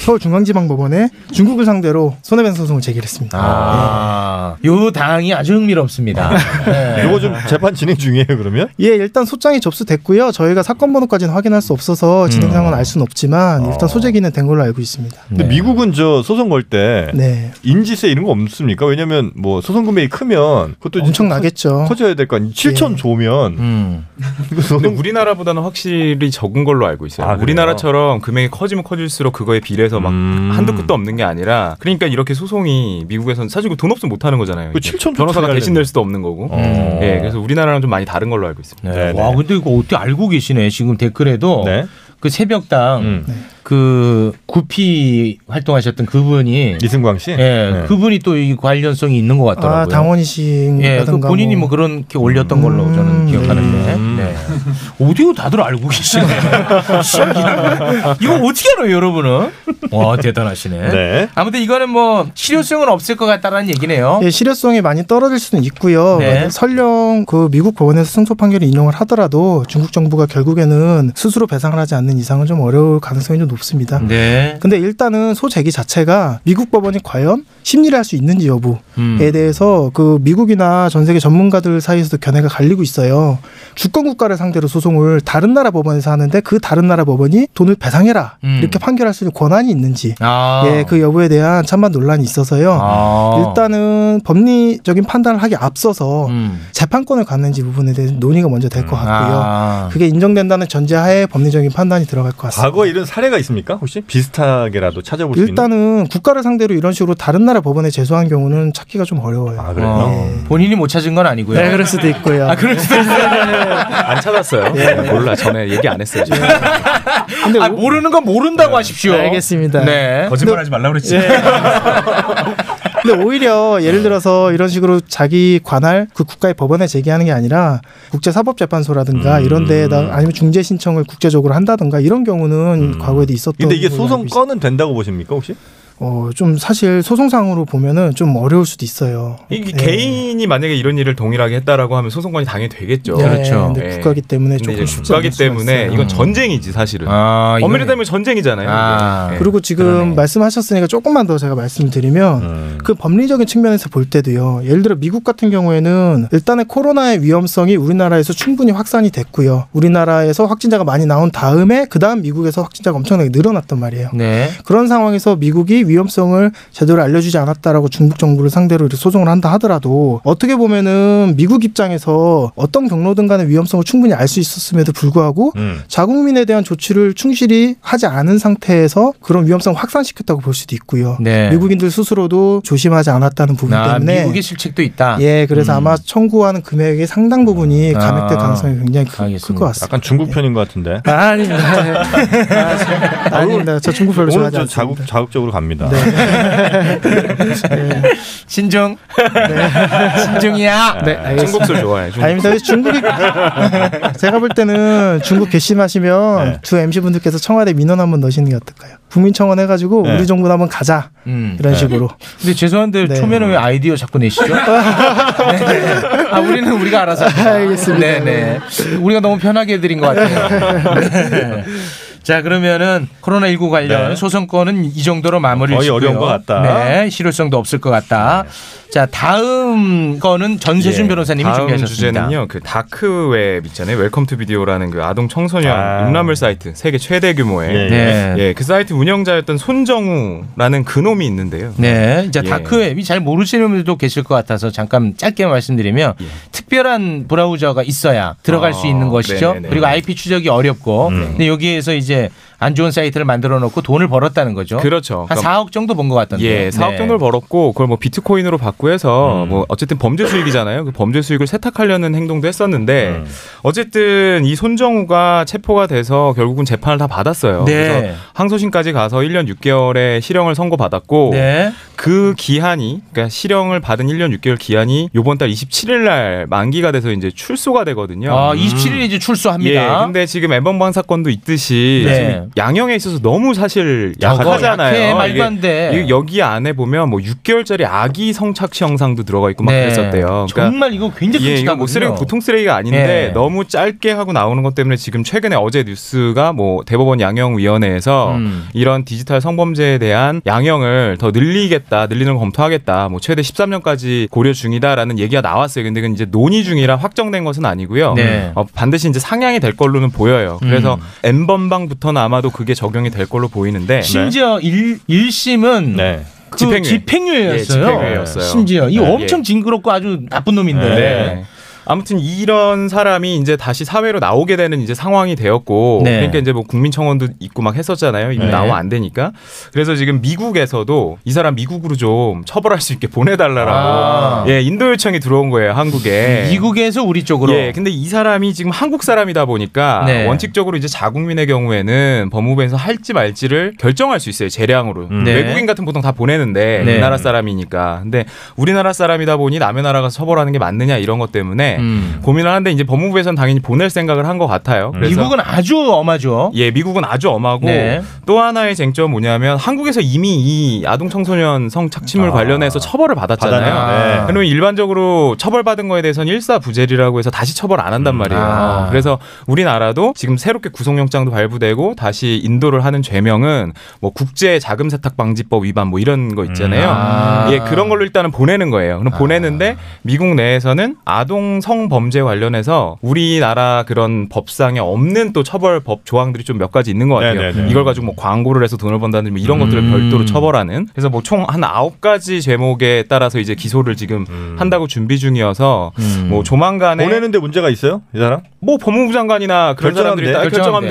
S8: 서울중앙지방법원에 중국을 상대로 손해배상 소송을 제기했습니다.
S4: 아,
S8: 네.
S4: 요 당이 아주 흥미롭습니다. 네.
S3: 이거 좀 재판 진행 중이에요 그러면?
S8: 예, 일단 소장이 접수됐고요. 저희가 사건 번호까지는 확인할 수 없어서
S4: 음.
S8: 진행 상황은 알 수는 없지만
S4: 어.
S8: 일단 소재기는 된 걸로 알고 있습니다.
S4: 네.
S3: 근데 미국은 저 소송 걸 때
S8: 네,
S3: 인지세 이런 거 없습니까? 왜냐면 뭐 소송 금액이 크면 그것도
S8: 엄청 나겠죠.
S3: 커져야 될 거 아니에요. 7천 조면
S4: 음.
S3: 이거
S7: 근데
S3: 소송
S7: 우리나라보다는 확실히 적은 걸로 알고 있어요.
S3: 아, 그래요?
S7: 우리나라처럼 금액이 커지면 커질수록 그거에 비례해서 막
S3: 음.
S7: 한두 끝도 없는 게 아니라 그러니까 이렇게 소송이 미국에선 사실 돈 없으면 못 하는 거잖아요.
S3: 그
S7: 이게.
S3: 7,000
S7: 변호사가
S3: 어떻게
S7: 대신
S3: 하려고.
S7: 될 수도 없는 거고.
S3: 어.
S7: 예, 그래서 우리나라랑 좀 많이 다른 걸로 알고 있습니다.
S4: 네.
S3: 네네.
S4: 와, 근데 이거 어떻게 알고 계시네. 지금 댓글에도
S3: 네.
S4: 그 새벽당
S3: 음.
S4: 그 구피 활동하셨던 그분이
S3: 이승광 씨.
S4: 예,
S3: 네.
S4: 그분이 또 이 관련성이 있는 것 같더라고요.
S8: 아, 당원이신가든가.
S4: 예, 그 본인이 뭐
S8: 뭐.
S4: 그렇게 올렸던 걸로 저는
S8: 음,
S4: 기억하는데. 네. 어디고 다들 알고 계시네. 신기하네. 이거 어떻게 알아요, 여러분은? 와, 대단하시네.
S3: 네.
S4: 아무튼 이거는 뭐 실효성은 없을 것 같다라는 얘기네요.
S8: 예, 실효성이 많이 떨어질 수는 있고요.
S4: 네.
S8: 설령 그 미국 법원에서 승소 판결을 인용을 하더라도 중국 정부가 결국에는 스스로 배상을 하지 않는 이상은 좀 어려울 가능성이 좀 높습니다.
S4: 네.
S8: 근데 일단은 소재기 자체가 미국 법원이 과연 심리를 할 수 있는지 여부에
S4: 음.
S8: 대해서 그 미국이나 전 세계 전문가들 사이에서도 견해가 갈리고 있어요. 주권 국가를 상대로 소송을 다른 나라 법원에서 하는데 그 다른 나라 법원이 돈을 배상해라
S4: 음.
S8: 이렇게 판결할 수 있는 권한이 있는지
S4: 아.
S8: 예, 그 여부에 대한 찬반 논란이 있어서요.
S4: 아.
S8: 일단은 뭐 법리적인 판단을 하기 앞서서
S4: 음.
S8: 재판권을 갖는지 부분에 대해서 논의가 먼저 될 것 같고요.
S4: 아.
S8: 그게 인정된다는 전제하에 법리적인 판단이 들어갈 것 같습니다.
S3: 과거 이런 사례가 있습니까? 혹시 비슷하게라도 찾아볼 수 있는.
S8: 일단은 국가를 상대로 이런 식으로 다른 나라 법원에 제소한 경우는 찾기가 좀 어려워요.
S3: 아
S4: 어,
S3: 그래요.
S4: 본인이 못 찾은 건 아니고요.
S8: 네, 그럴 수도 있고요.
S4: 아, 그럴 수도 있어요.
S7: 안 찾았어요. 예, 몰라. 전에 얘기 안 했어요. 지금.
S8: 근데
S4: 아,
S8: 오-
S4: 모르는 건 모른다고 하십시오.
S8: 알겠습니다.
S4: 네.
S7: 거짓말하지 말라 그랬지.
S8: 예. 근데 오히려 예를 들어서 이런 식으로 자기 관할 그 국가의 법원에 제기하는 게 아니라 국제사법재판소라든가 이런 데에다 아니면 중재 신청을 국제적으로 한다든가 이런 경우는 과거에도 있었던.
S3: 근데 이게
S8: 걸로 알고
S3: 소송
S8: 있-
S3: 건은 된다고 보십니까 혹시?
S8: 어, 좀 사실 소송상으로 보면은 좀 어려울 수도 있어요.
S7: 이게
S8: 예.
S7: 개인이 만약에 이런 일을 동일하게 했다라고 하면 소송권이 당연히 되겠죠.
S8: 예,
S4: 그렇죠.
S8: 근데
S7: 예.
S8: 국가기 때문에
S7: 근데
S8: 조금
S7: 이제
S8: 쉽지 않을
S7: 국가기
S8: 수가
S7: 때문에
S8: 있어요. 네.
S7: 이건 전쟁이지 사실은.
S4: 아, 이거는-
S7: 엄밀히 따지면 전쟁이잖아요.
S4: 아.
S7: 이게. 예.
S8: 그리고 지금
S4: 그러네.
S8: 말씀하셨으니까 조금만 더 제가 말씀을 드리면 그 법리적인 측면에서 볼 때도요. 예를 들어 미국 같은 경우에는 일단은 코로나의 위험성이 우리나라에서 충분히 확산이 됐고요. 우리나라에서 확진자가 많이 나온 다음에 그다음 미국에서 확진자가 엄청나게 늘어났단 말이에요.
S4: 네.
S8: 그런 상황에서 미국이 위험성을 제대로 알려주지 않았다라고 중국 정부를 상대로 이렇게 소송을 한다 하더라도 어떻게 보면은 미국 입장에서 어떤 경로든 간의 위험성을 충분히 알 수 있었음에도 불구하고 자국민에 대한 조치를 충실히 하지 않은 상태에서 그런 위험성을 확산시켰다고 볼 수도 있고요.
S4: 네.
S8: 미국인들 스스로도 조심하지 않았다는 부분
S4: 아,
S8: 때문에
S4: 미국의 실책도 있다.
S8: 예, 그래서 아마 청구하는 금액의 상당 부분이 감액될
S4: 아,
S8: 가능성이 굉장히 클 것 같습니다.
S3: 약간 중국 편인 것 같은데.
S8: 아, 아닙니다. 아, 아닙니다. 저 중국 별로
S3: 오늘
S8: 좋아하지
S3: 저
S8: 않습니다. 네.
S3: 자국 자극적으로 갑니다.
S8: 예.
S4: 신정. 신정이야.
S8: 네, 알겠습니다.
S7: 중국술 좋아해. 중국.
S8: 아닙니다. 중국이 제가 볼 때는 중국 괘씸하시면 두 MC 분들께서 청와대 민원 한번 넣으시는 게 어떨까요? 국민청원 해가지고
S4: 네.
S8: 우리 정부도 한번 가자
S4: 음.
S8: 이런 식으로.
S4: 근데 죄송한데 초면에 왜 아이디어 자꾸 내시죠? 네. 아, 우리는 우리가 알아서. 알겠습니다. 네네. 우리가 너무 편하게 해드린 것 같아요. 네. 자, 그러면은 코로나19 관련
S3: 네.
S4: 소송권은 이 정도로 마무리
S3: 거의 어려운 것 같다. 네.
S4: 네. 실효성도 없을 것 같다. 자, 다음 거는 전세준
S7: 예,
S4: 변호사님이
S7: 다음
S4: 준비하셨습니다.
S7: 주제는요. 그 다크웹 있잖아요. 웰컴 투 비디오라는 그 아동 청소년 음란물 사이트 세계 최대 규모의
S4: 예,
S8: 네.
S4: 예.
S7: 예, 그 사이트 운영자였던 손정우라는 그놈이 있는데요.
S4: 네, 이제
S7: 예.
S4: 다크웹이 잘 모르시는 분들도 계실 것 같아서 잠깐 짧게 말씀드리면 특별한 브라우저가 있어야 들어갈
S7: 예. 아,
S4: 수 있는 것이죠.
S7: 네네네. 음.
S4: 그리고 IP 추적이 어렵고, 근데 여기에서 이제 안 좋은 사이트를 만들어 놓고 돈을 벌었다는 거죠.
S7: 그렇죠.
S4: 한
S7: 그럼-
S4: 4억 정도 번 것 같던데.
S7: 예, 4억
S4: 네. 음.
S7: 정도를 벌었고 그걸 뭐 비트코인으로 바꾸해서 뭐 어쨌든 범죄 수익이잖아요. 그 범죄 수익을 세탁하려는 행동도 했었는데
S4: 음.
S7: 어쨌든 이 손정우가 체포가 돼서 결국은 재판을 다 받았어요.
S4: 네.
S7: 그래서 항소심까지 가서 1년 6개월의 실형을 선고받았고
S4: 네.
S7: 그 기한이 그러니까 실형을 받은 1년 6개월 기한이 요번 달 27일 날 만기가 돼서 이제 출소가 되거든요. 음.
S4: 아, 27일 에 이제 출소합니다.
S7: 예, 근데 지금 엠번방 사건도 있듯이
S4: 네.
S7: 지금 양형에 있어서 너무 사실
S4: 저거
S7: 약하잖아요.
S4: 약해, 말도
S7: 이게-
S4: 안 돼.
S7: 이게 여기 안에 보면 뭐 6개월짜리 아기 성착시 영상도 들어가 있고 막
S4: 네.
S7: 그랬었대요. 그러니까
S4: 정말 이거 굉장히
S7: 예, 이거
S4: 끔찍하거든요.
S7: 뭐 쓰레기 보통 쓰레기가 아닌데
S4: 예.
S7: 너무 짧게 하고 나오는 것 때문에 지금 최근에 어제 뉴스가 뭐 대법원 양형위원회에서
S4: 음.
S7: 이런 디지털 성범죄에 대한 양형을 더 늘리겠다, 늘리는 걸 검토하겠다, 뭐 최대 13년까지 고려 중이다라는 얘기가 나왔어요. 근데 그건 이제 논의 중이라 확정된 것은 아니고요.
S4: 네.
S7: 어, 반드시 이제 상향이 될 걸로는 보여요. 그래서
S4: 음.
S7: n 번방부터는 아마도 그게 적용이 될 걸로 보이는데
S4: 심지어 일 1심은
S7: 네.
S3: 네.
S4: 그
S7: 집행유예.
S4: 집행유예였어요.
S7: 예, 집행유예였어요.
S4: 심지어 이거
S7: 네.
S4: 엄청
S7: 예.
S4: 징그럽고 아주 나쁜 놈인데.
S7: 네. 아무튼 이런 사람이 이제 다시 사회로 나오게 되는 이제 상황이 되었고
S4: 네.
S7: 그러니까 이제 뭐 국민청원도 있고 막 했었잖아요. 이미
S4: 네.
S7: 나오면 안 되니까. 그래서 지금 미국에서도 이 사람 미국으로 좀 처벌할 수 있게 보내 달라라고
S4: 아.
S7: 예, 인도 요청이 들어온 거예요, 한국에.
S4: 네. 미국에서 우리 쪽으로.
S7: 예, 근데 이 사람이 지금 한국 사람이다 보니까
S4: 네.
S7: 원칙적으로 이제 자국민의 경우에는 법무부에서 할지 말지를 결정할 수 있어요 재량으로
S4: 네.
S7: 외국인 같은 보통 다 보내는데
S4: 네.
S7: 이 나라 사람이니까 근데 우리나라 사람이다 보니 남의 나라가 처벌하는 게 맞느냐 이런 것 때문에
S4: 음.
S7: 고민을 하는데 이제 법무부에서는 당연히 보낼 생각을 한 것
S4: 음.
S7: 같아요. 그래서
S4: 미국은 아주 엄하죠.
S7: 예, 미국은 아주 엄하고
S4: 네.
S7: 또 하나의 쟁점 뭐냐면 한국에서 이미 이 아동 청소년 성착취물 관련해서 처벌을 받았잖아요.
S4: 아. 받았네요. 네.
S7: 그러면 일반적으로 처벌받은 거에 대해서는 일사부재리라고 해서 다시 처벌 안 한단 말이에요.
S4: 아.
S7: 그래서 우리나라도 지금 새롭게 구속영장도 발부되고 다시 인도를 하는 죄명은 뭐 국제 자금 세탁 방지법 위반 뭐 이런 거 있잖아요.
S4: 아.
S7: 예, 그런 걸로 일단은 보내는 거예요. 그럼 보내는데 미국 내에서는 아동 성범죄 관련해서 우리나라 그런 법상에 없는 또 처벌법 조항들이 좀 몇 가지 있는 것 같아요.
S3: 네네네.
S7: 이걸 가지고 뭐 광고를 해서 돈을 번다든지 뭐 이런 것들을 별도로 처벌하는. 그래서 뭐 총 한 아홉 가지 제목에 따라서 이제 기소를 지금 한다고 준비 중이어서 뭐 조만간에
S3: 음. 보내는데 문제가 있어요, 이 사람?
S7: 뭐 법무부 장관이나 그런
S3: 결정하면
S7: 사람들이
S3: 돼?
S7: 딱 결정하면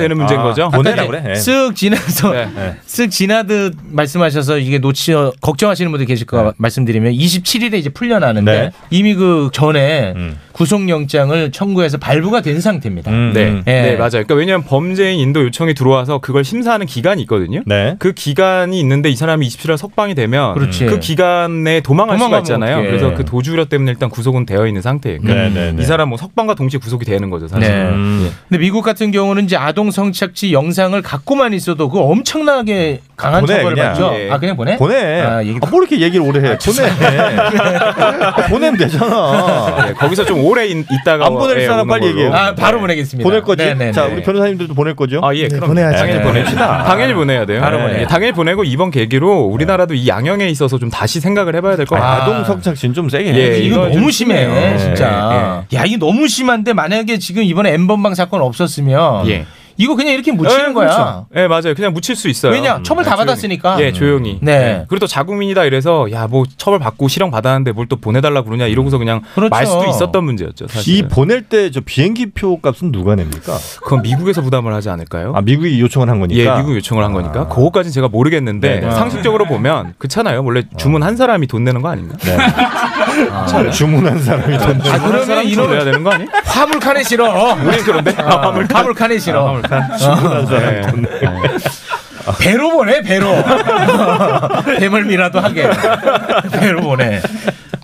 S4: 결정하면
S7: 되는
S3: 돼.
S7: 문제인
S3: 아,
S7: 거죠.
S3: 보내- 보내라
S4: 아까 이제
S3: 그래. 예.
S4: 그러니까 쓱 지나서
S7: 네.
S4: 쓱 지나듯 말씀하셔서 이게 놓치 어 걱정하시는 분들 계실
S7: 네.
S4: 거 말씀드리면 27일에 이제 풀려나는데
S3: 네.
S4: 이미 그 전에
S7: 음.
S4: 구속영장을 청구해서 발부가 된 상태입니다.
S3: 음.
S7: 네.
S4: 예.
S7: 네, 맞아요. 그러니까 왜냐하면 범죄인 인도 요청이 들어와서 그걸 심사하는 기간이 있거든요.
S3: 네.
S7: 그 기간이 있는데 이 사람이 27일 석방이 되면
S4: 그렇지.
S7: 그 기간에 도망갈 수가
S4: 도망가면
S7: 있잖아요.
S4: 어떡해.
S7: 그래서 그 도주력 때문에 일단 구속은 되어 있는 상태예요.
S3: 네,
S7: 그러니까
S3: 네, 네.
S7: 이 사람 뭐 석방과 동시에 구속이 되는 거죠, 사실.
S4: 네.
S3: 음.
S4: 근데 미국 같은 경우는 이제 아동 성착취 영상을 갖고만 있어도 그 엄청나게 강한
S3: 보내,
S4: 처벌을
S3: 그냥.
S4: 받죠.
S7: 예.
S4: 아 그냥 보내?
S3: 보내.
S4: 아,
S3: 아,
S4: 얘기-
S3: 뭐 이렇게 얘기를 오래 해. 보내. 보내면 되잖아.
S7: 네, 거기서 좀 오래 있, 다가 예,
S3: 안 보낼 사람 빨리 얘기해요.
S4: 아 바로 보내겠습니다.
S3: 보낼 거지.
S4: 네네네.
S3: 자, 우리 변호사님들도 보낼 거죠.
S7: 아, 예,
S8: 네,
S7: 그럼
S8: 보내야죠.
S7: 당연히
S3: 네.
S7: 보냅시다. 당연히 보내야 돼요.
S4: 바로
S7: 예.
S4: 보내야 돼요.
S7: 당연히 보내고 이번 계기로 우리나라도 이 양형에 있어서 좀 다시 생각을 해봐야 될 것 같아요.
S3: 아, 동 성착신 네, 좀 세게.
S7: 예,
S3: 해야지.
S4: 이거
S7: 이거
S4: 너무
S7: 좀
S4: 심해요,
S7: 심해요.
S4: 진짜. 야, 이거 너무 심한데 만약에 지금 이번에 엠번방 사건 없었으면
S7: 예.
S4: 이거 그냥 이렇게 아, 묻히는
S7: 예,
S4: 거야.
S7: 그렇죠. 예, 맞아요. 그냥 묻힐 수 있어요.
S4: 왜냐? 처벌 다
S7: 조용히.
S4: 받았으니까.
S7: 예, 조용히.
S4: 네.
S7: 예. 그리고 또 자국민이다 이래서 야 뭐 처벌 받고 실형 받았는데 뭘 또 보내달라 그러냐 이러고서 그냥
S4: 그렇죠.
S7: 말 수도 있었던 문제였죠. 사실.
S3: 이 보낼 때 저 비행기 표 값은 누가 냅니까?
S7: 그건 미국에서 부담을 하지 않을까요?
S3: 아 미국이 요청을 한 거니까.
S7: 예, 미국 요청을 한 거니까 그거까지는 제가 모르겠는데
S3: 네네.
S7: 상식적으로 보면 그렇잖아요. 원래 주문 한 사람이 돈 내는 거 아닌가?
S3: 참, 아, 주문한 사람이 돈 내는 거.
S7: 아, 그러면 이놈 내야 되는 거 아니?
S4: 화물칸에 싫어.
S7: 우리 그런데
S4: 아, 화물칸에 싫어.
S7: 충분한
S4: 네.
S7: 사람이 돈
S4: 배로 보내 배로. 배멀미라도 하게. 배로 보내.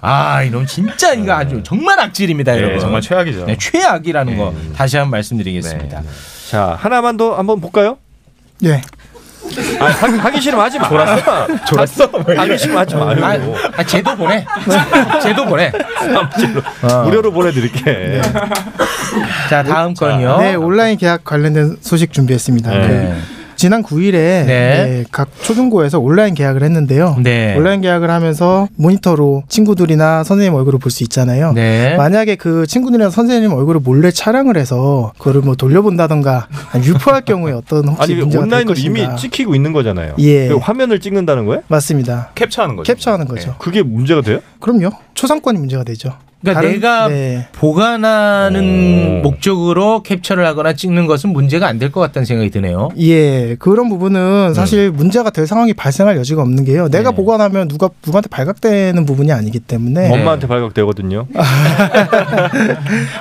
S4: 아 이놈 진짜 이거 아주 정말 악질입니다
S3: 예,
S4: 여러분.
S3: 정말 최악이죠.
S4: 네, 최악이라는 거 다시 한번 말씀드리겠습니다.
S3: 자 하나만 더 한번 볼까요?
S8: 예.
S3: 아, 하기, 하기 싫으면 하지 마.
S4: 졸았어?
S3: 졸았어? 하기 싫으면 하지
S7: 네.
S3: 마요.
S4: 아, 아, 제도 보내. 제도 보내.
S3: 무료로 보내드릴게.
S7: 네.
S4: 자 다음 건요.
S8: 네, 온라인 계약 관련된 소식 준비했습니다.
S4: 네.
S8: 그 지난 9일에 네, 각 초중고에서 온라인 계약을 했는데요.
S4: 네.
S8: 온라인 계약을 하면서 모니터로 친구들이나 선생님 얼굴을 볼 수 있잖아요.
S4: 네.
S8: 만약에 그 친구들이나 선생님 얼굴을 몰래 촬영을 해서 그거를 뭐 돌려본다던가 아니면 유포할 경우에 어떤 혹시
S3: 아니
S8: 문제가
S3: 온라인으로
S8: 될 것인가.
S3: 이미 찍히고 있는 거잖아요.
S8: 예.
S3: 그 화면을 찍는다는 거예요?
S8: 맞습니다.
S7: 캡처하는
S3: 네.
S7: 거죠. 네.
S8: 캡처하는 거죠.
S3: 그게 문제가 돼요?
S8: 그럼요. 초상권이 문제가 되죠.
S4: 그러니까
S8: 다른- 네.
S4: 내가 보관하는 목적으로 캡처를 하거나 찍는 것은 문제가 안 될 것 같다는 생각이 드네요.
S8: 예, 그런
S7: 네.
S8: 부분은 사실 문제가 될 상황이 발생할 여지가 없는 게요. 내가 보관하면 누가 누구한테 발각되는 부분이 아니기 때문에
S7: 뭐,
S3: 엄마한테 발각되거든요.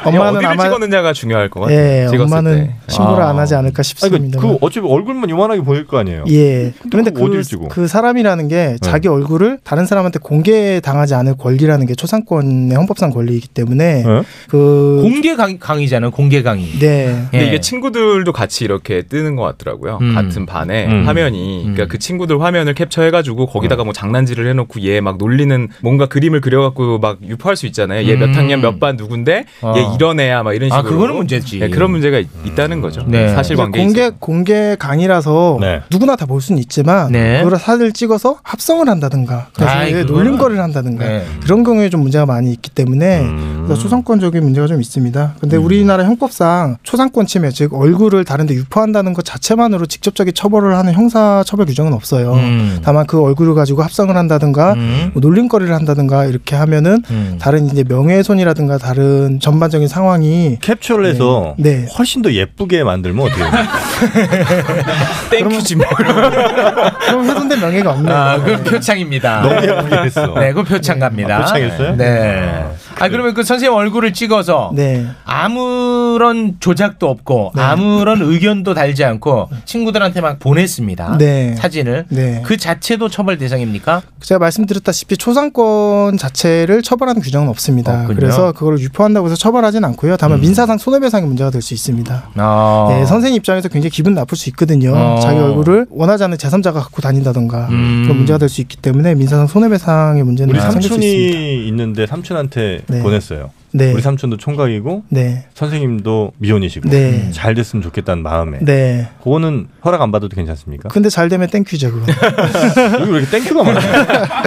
S8: 엄마는
S7: 어디를
S8: 아마-
S7: 찍었느냐가 중요할 것 같아요.
S8: 예,
S7: 찍었을
S8: 엄마는
S7: 때.
S8: 신고를
S7: 아.
S8: 안 하지 않을까 싶습니다.
S3: 그 어차피 얼굴만 요만하게 보일 거 아니에요.
S8: 예. 그런데
S3: 그거
S8: 그,
S3: 어딜 찍어?
S8: 그 사람이라는
S7: 네.
S8: 게 자기 얼굴을 다른 사람한테 공개 당하지 않을 권리라는 게 초상권의 헌법상 권리이기 때문에
S7: 네?
S8: 그
S4: 공개 강, 강의잖아요. 공개 강의. 예.
S8: 네.
S7: 근데
S3: 예.
S7: 이게 친구들도 같이 이렇게 뜨는 것 같더라고요.
S4: 음.
S7: 같은 반에
S4: 음.
S7: 화면이 그러니까 그 친구들 화면을 캡처해가지고 거기다가
S3: 음.
S7: 뭐 장난질을 해놓고 얘 막 놀리는 뭔가 그림을 그려갖고 막 유포할 수 있잖아요. 얘 몇
S4: 음.
S7: 학년 몇 반 누군데 얘
S4: 어.
S7: 이런 애야 막 이런
S4: 아,
S7: 식으로.
S4: 그거는 문제지.
S7: 네, 그런 문제가 있- 있다는 거죠.
S4: 네.
S7: 사실관계.
S8: 공개 공개 강의라서 누구나 다 볼 수는 있지만
S7: 네.
S8: 그걸 사진을 찍어서 합성을 한다든가
S7: 아이,
S8: 그래서
S7: 그거는-
S8: 놀림거리를 한다든가
S4: 예.
S8: 그런 경우에 좀 문제가 많이 있기 때문에
S4: 음.
S8: 그래서 초상권적인 문제가 좀 있습니다. 근데 우리나라 형법상 초상권 침해 즉 얼굴을 다른데 유포한다는 것 자체만으로 직접적인 처벌을 하는 형사 처벌 규정은 없어요.
S4: 음.
S8: 다만 그 얼굴을 가지고 합성을 한다든가 뭐 놀림거리를 한다든가 이렇게 하면은
S4: 음.
S8: 다른 이제 명예훼손이라든가 다른 전반적인 상황이
S3: 캡처를
S8: 예.
S3: 해서
S8: 네.
S3: 훨씬 더 예쁘게 만들면 어떻게 해요?
S7: 땡큐지 뭐.
S8: 그럼 훼손된 명예가 없네.
S4: 아, 그건 표창입니다.
S8: 너무 예쁘게
S3: 했어.
S4: 네, 그건 표창 갑니다.
S8: 아, 표창이었어요?
S4: 네. 아, 그러면 그 선생님 얼굴을 찍어서
S8: 네.
S4: 아무런 조작도 없고 아무런 의견도 달지 않고 친구들한테 막 보냈습니다.
S8: 네.
S4: 사진을.
S8: 네.
S4: 그 자체도 처벌 대상입니까?
S8: 제가 말씀드렸다시피 초상권 자체를 처벌하는 규정은 없습니다.
S4: 없군요.
S8: 그래서 그걸 유포한다고 해서 처벌하진 않고요. 다만 민사상 손해배상의 문제가 될 수 있습니다.
S4: 아.
S7: 예,
S8: 네, 선생님 입장에서 굉장히 기분 나쁠 수 있거든요.
S4: 어.
S8: 자기 얼굴을 원하지 않는 제3자가 갖고 다닌다던가
S3: 음.
S8: 그런 문제가 될 수 있기 때문에 민사상 손해배상의 문제는
S3: 우리
S8: 생길 아, 수 있습니다.
S3: 삼촌이 있는데 삼촌한테
S8: 네.
S3: 보냈어요.
S8: 네.
S3: 우리 삼촌도 총각이고
S8: 네.
S3: 선생님도 미혼이시고
S8: 네.
S3: 잘 됐으면 좋겠다는 마음에.
S8: 네.
S3: 그거는 허락 안 받아도 괜찮습니까?
S8: 근데 잘 되면 땡큐죠, 그거.
S3: 여기 왜 이렇게 땡큐가 많아요?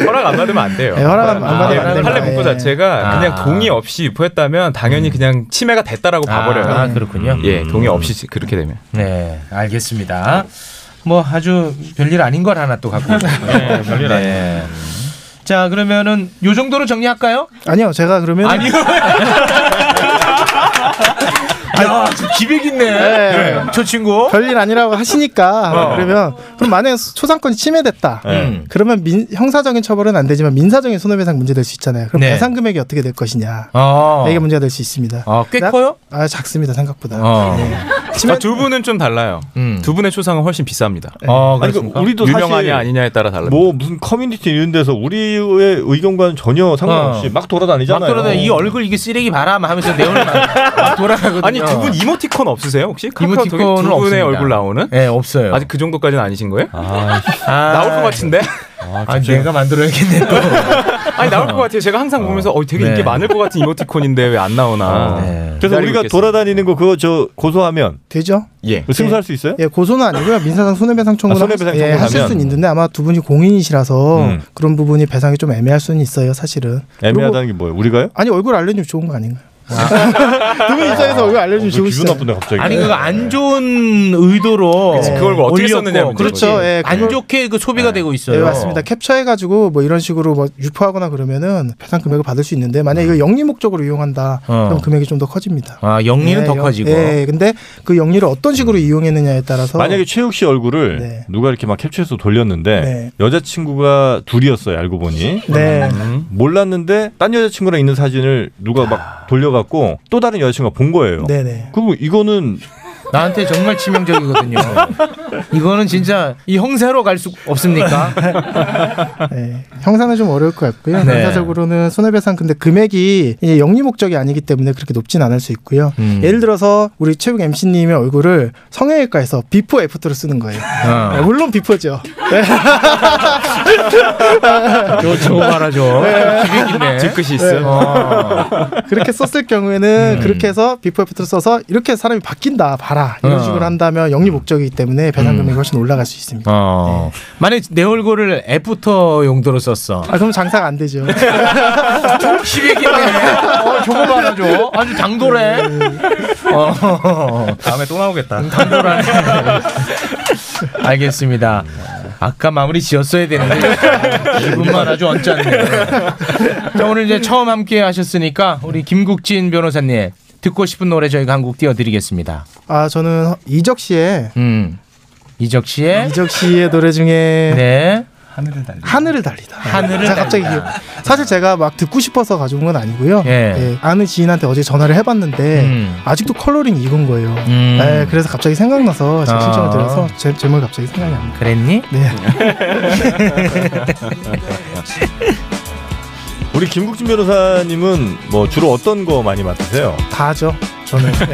S7: 허락 안 받으면 안 돼요.
S8: 네, 허락 안 받으면 안 됩니다.
S7: 판례 복구 아,
S8: 예.
S7: 자체가 그냥 동의 없이 유포했다면 당연히 그냥 침해가 됐다라고 봐버려요.
S4: 아, 그렇군요.
S7: 예, 동의 없이 그렇게 되면.
S4: 네, 알겠습니다. 뭐 아주 별일 아닌 걸 하나 또 갖고 오셨네요.
S7: 예,
S4: 네, 별일 아니에요. 자, 그러면은 요 정도로 정리할까요?
S8: 아니요, 제가 그러면
S4: 아니요. 야, 지금 기백 있네.
S8: 네.
S4: 저 친구.
S8: 별일 아니라고 하시니까
S4: 어.
S8: 그러면 그럼 만약에 초상권이 침해됐다.
S3: 음.
S4: 네.
S8: 그러면 민- 형사적인 처벌은 안 되지만 민사적인 손해배상 문제 될 수 있잖아요. 그럼
S4: 네.
S8: 배상 금액이 어떻게 될
S4: 아.
S8: 것이냐
S3: 어.
S8: 이게 문제가 될 수 있습니다.
S4: 아, 꽤
S8: 커요? 아 작습니다 생각보다.
S7: 어.
S8: 치매-
S7: 아, 두 분은 좀 달라요.
S4: 음.
S7: 두 분의 초상은 훨씬 비쌉니다. 네.
S4: 아,
S3: 아니, 그러니까 우리도 사실
S7: 유명하냐 아니냐에 따라 달라요.
S3: 뭐 무슨 커뮤니티 이런 데서 우리의 의견과는 전혀 상관없이
S4: 어.
S3: 막 돌아다니잖아요.
S4: 막 돌아다 이 얼굴 이게 쓰레기 봐라 막 하면서 내 얼굴 막, 막 돌아가거든요.
S7: 아니 두 분 이모티콘 없으세요 혹시? 카카오톡에
S4: 이모티콘은
S7: 두 분의
S4: 없습니다.
S7: 얼굴 나오는?
S4: 네 없어요.
S7: 아직 그 정도까지는 아니신 거예요?
S4: 아,
S7: 나올 것 같은데?
S4: 아, 내가 만들어야겠네. 또.
S7: 아니 나올 것 같아요. 제가 항상 보면서 어, 되게 인기
S4: 네.
S7: 많을 것 같은 이모티콘인데 왜 안 나오나?
S3: 그래서 우리가 돌아다니는 거 그거 저 고소하면
S8: 되죠?
S7: 예.
S3: 승소할 수 있어요?
S8: 예, 고소는 아니고요. 민사상 손해배상 청구는
S3: 아, 손해배상
S8: 하- 예,
S3: 청구를
S8: 하실
S3: 하면.
S8: 수는 있는데 아마 두 분이 공인이시라서
S3: 음.
S8: 그런 부분이 배상이 좀 애매할 수는 있어요, 사실은.
S3: 애매하다는
S8: 그리고-
S3: 게 뭐예요? 우리가요?
S8: 아니 얼굴 알려주면 좋은 거 아닌가요? 두 분 입장에서 왜
S3: 어,
S8: 알려주면
S3: 그 기분
S8: 좋으시죠?
S3: 나쁜데 갑자기.
S4: 아니 그거 안 좋은 의도로
S8: 그치, 그걸
S3: 뭐 어떻게
S4: 올렸고,
S3: 썼느냐 문제지.
S4: 그렇죠.
S8: 예,
S4: 안 좋게 그 소비가 되고 있어요.
S8: 네, 맞습니다. 캡처해가지고 뭐 이런 식으로 뭐 유포하거나 그러면은 배상 금액을 받을 수 있는데 만약 이거 영리 목적으로 이용한다,
S4: 음. 어.
S8: 그럼 금액이 좀 더 커집니다.
S4: 아 영리는
S8: 예,
S4: 더
S8: 영-
S4: 커지고.
S8: 예, 근데 그 영리를 어떤 식으로 이용했느냐에 따라서
S3: 만약에 최욱 씨 얼굴을 누가 이렇게 막 캡처해서 돌렸는데
S8: 네.
S3: 여자친구가 둘이었어요 알고 보니
S8: 네.
S3: 음. 몰랐는데 딴 여자친구랑 있는 사진을 누가 막 돌려갖고 또 다른 여자친구가 본 거예요
S8: 네네.
S3: 그럼 이거는
S4: 나한테 정말 치명적이거든요. 이거는 진짜 이 형사로 갈 수 없습니까?
S8: 네. 형사는 좀 어려울 것 같고요.
S4: 네.
S8: 형사적으로는 손해배상 근데 금액이 이제 영리 목적이 아니기 때문에 그렇게 높진 않을 수 있고요.
S4: 음.
S8: 예를 들어서 우리 최욱 MC님의 얼굴을 성형외과에서 비포 애프터로 쓰는 거예요.
S4: 어.
S8: 네, 물론 비포죠. 네.
S4: 저 저거 말하죠.
S8: 예.
S4: 기백인데.
S7: 뒤끝이
S4: 네.
S7: 있어요.
S8: 그렇게 썼을 경우에는
S4: 음.
S8: 그렇게 해서 비포 애프터를 써서 이렇게 사람이 바뀐다 봐라 이런
S4: 어. 음.
S8: 식으로 한다면 영리 목적이기 때문에 배상 금액이 훨씬 올라갈 수 있습니다.
S4: 어. 만약 내 얼굴을 애프터 용도로 썼어.
S8: 아, 그럼 장사가 안 되죠.
S4: 기백이네. 어, 저거 말하죠. 아주 당돌해. 어.
S7: 다음에 또 나오겠다.
S4: 알겠습니다. 아까 마무리 지었어야 되는데 이분만 아주 언짢네요. 자 오늘 이제 처음 함께 하셨으니까 우리 김국진 변호사님 듣고 싶은 노래 저희가 한 곡 띄워드리겠습니다.
S8: 아 저는 이적 씨의
S4: 음 이적 씨의
S8: 이적 씨의 노래 중에
S4: 네
S7: 하늘을 달리.
S8: 하늘을 달리다.
S4: 하늘을
S8: 제가 갑자기
S4: 달리다.
S8: 기억- 사실 제가 막 듣고 싶어서 가져온 건 아니고요.
S4: 예.
S8: 예, 아는 지인한테 어제 전화를 해봤는데
S4: 음.
S8: 아직도 컬러링이 이건 거예요.
S4: 음.
S8: 예, 그래서 갑자기 생각나서 제가
S4: 아.
S8: 신청을 드려서 제 제목이 갑자기 생각이 안 나.
S4: 그랬니?
S7: 예.
S8: 네.
S3: 우리 김국진 변호사님은 뭐 주로 어떤 거 많이 맡으세요
S8: 다 하죠. 저는 예,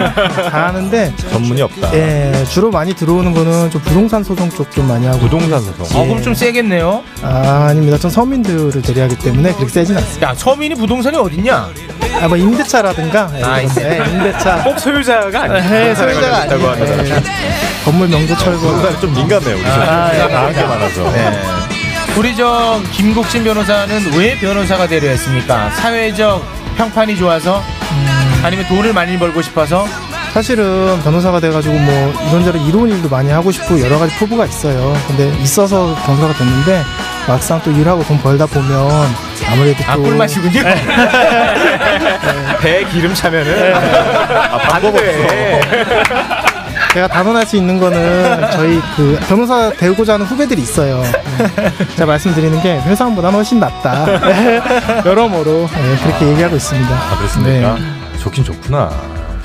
S8: 다 하는데
S3: 전문이 없다
S8: 예, 주로 많이 들어오는 거는 좀 부동산 소송 쪽 좀 많이 하고
S3: 부동산 소송
S4: 어 그럼 좀 세겠네요.
S8: 아, 아닙니다. 전 서민들을 대리하기 때문에 그렇게 세진 않습니다.
S4: 야 서민이 부동산이 어딨냐?
S8: 아, 뭐 임대차라든가 예,
S4: 아, 임대.
S8: 예, 임대차
S7: 꼭 소유자가 아니야.
S4: 네,
S8: 예, 소유자가
S7: 있다고
S8: 아니에요. 예, 건물 명도 철거
S3: 부동산이 좀 민감해요 우리
S4: 아, 예.
S3: 나한게 많아서
S4: 우리 저 김국진 변호사는 왜 변호사가 되려 했습니까? 사회적 평판이 좋아서 음, 아니면 돈을 많이 벌고 싶어서
S8: 사실은 변호사가 돼가지고 뭐 이런저런 이로운 일도 많이 하고 싶고 여러 가지 포부가 있어요. 근데 있어서 변호사가 됐는데 막상 또 일하고 돈 벌다 보면 아무래도 또
S4: 아 꿀맛이군요.
S7: 배에 기름 차면은 아, 방법 없어.
S8: 제가 단언할 수 있는 거는 저희 그 변호사 되고자 하는 후배들이 있어요. 예. 제가 말씀드리는 게 회사원보다는 훨씬 낫다. 여러모로 예, 그렇게 얘기하고 있습니다. 네.
S3: 아, 그렇습니까 좋긴 좋구나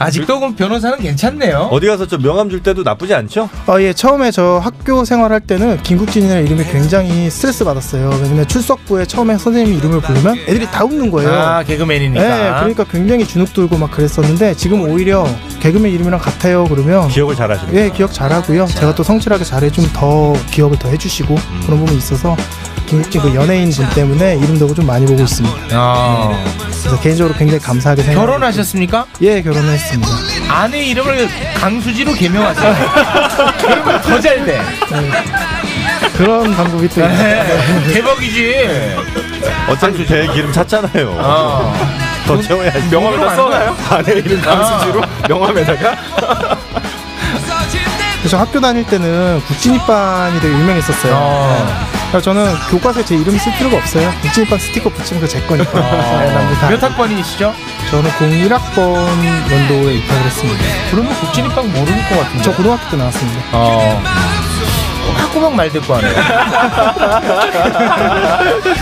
S4: 아직도 그럼 변호사는 괜찮네요.
S3: 어디 가서 좀 명함 줄 때도 나쁘지 않죠
S8: 어, 예, 처음에 저 학교 생활할 때는 김국진이라는 이름이 굉장히 스트레스 받았어요. 왜냐면 출석부에 처음에 선생님이 이름을 부르면 애들이 다 웃는 거예요.
S4: 아 개그맨이니까.
S8: 네, 그러니까 굉장히 주눅 들고 막 그랬었는데 지금 오히려 개그맨 이름이랑 같아요. 그러면
S3: 기억을 잘 하시는
S8: 예 기억 잘하고요. 제가 또 성실하게 잘해주면 더 기억을 더 해주시고
S4: 음.
S8: 그런 부분이 있어서 김국진 그 연예인 분 때문에 이름도 좀 많이 보고 있습니다.
S4: 아.
S8: 그래서 개인적으로 굉장히 감사하게
S4: 네.
S8: 생각.
S4: 결혼하셨습니까?
S8: 예 결혼했습니다.
S4: 아내 이름을 강수지로 개명하세요. 그러면 더 잘 돼.
S8: 그런 방법이 또 있나요?
S4: 네, 대박이지.
S3: 어차피 배에 기름 찼잖아요
S4: 어.
S3: 더 채워야지
S7: 명함에다 써놔요? 아내 이름 강수지로 명함에다가
S8: 그래서 학교 다닐 때는 국진이반이 되게 유명했었어요. 네. 그래서 저는 교과서에 제 이름 쓸 필요가 없어요. 국진이반 스티커 붙이는 거 제 거니까.
S4: 어.
S8: 네, 남들 다
S4: 몇 학번이시죠?
S8: 저는 01학번 연도에 입학을 했습니다.
S4: 그러면 국진입방 모를 것 같은데.
S8: 저 고등학교 때 나왔습니다.
S4: 어. 학구방 말 듣고 하네.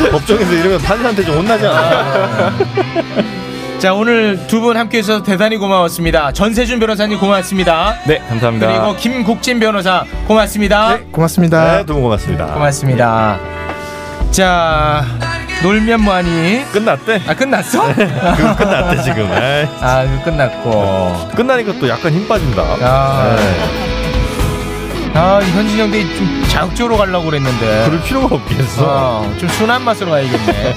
S3: 법정에서 이러면 판사한테 좀 혼나지 않아?
S4: 자 오늘 두 분 함께 해주셔서 대단히 고마웠습니다. 전세준 변호사님 고맙습니다.
S7: 네, 감사합니다.
S4: 그리고 김국진 변호사 고맙습니다.
S8: 아. 고맙습니다.
S3: 네, 너무 고맙습니다.
S4: 고맙습니다. 자 놀면 뭐하니?
S3: 끝났대.
S4: 아 끝났어?
S3: 그거 끝났대 지금. 에이,
S4: 아 이거 끝났고.
S3: 끝나니까 또 약간 힘 빠진다.
S4: 아,
S3: 에이,
S4: 아 현진영대 좀 자극적으로 가려고 그랬는데. 아.
S3: 그럴 필요가 없겠어.
S4: 어, 좀 순한 맛으로 가야겠네.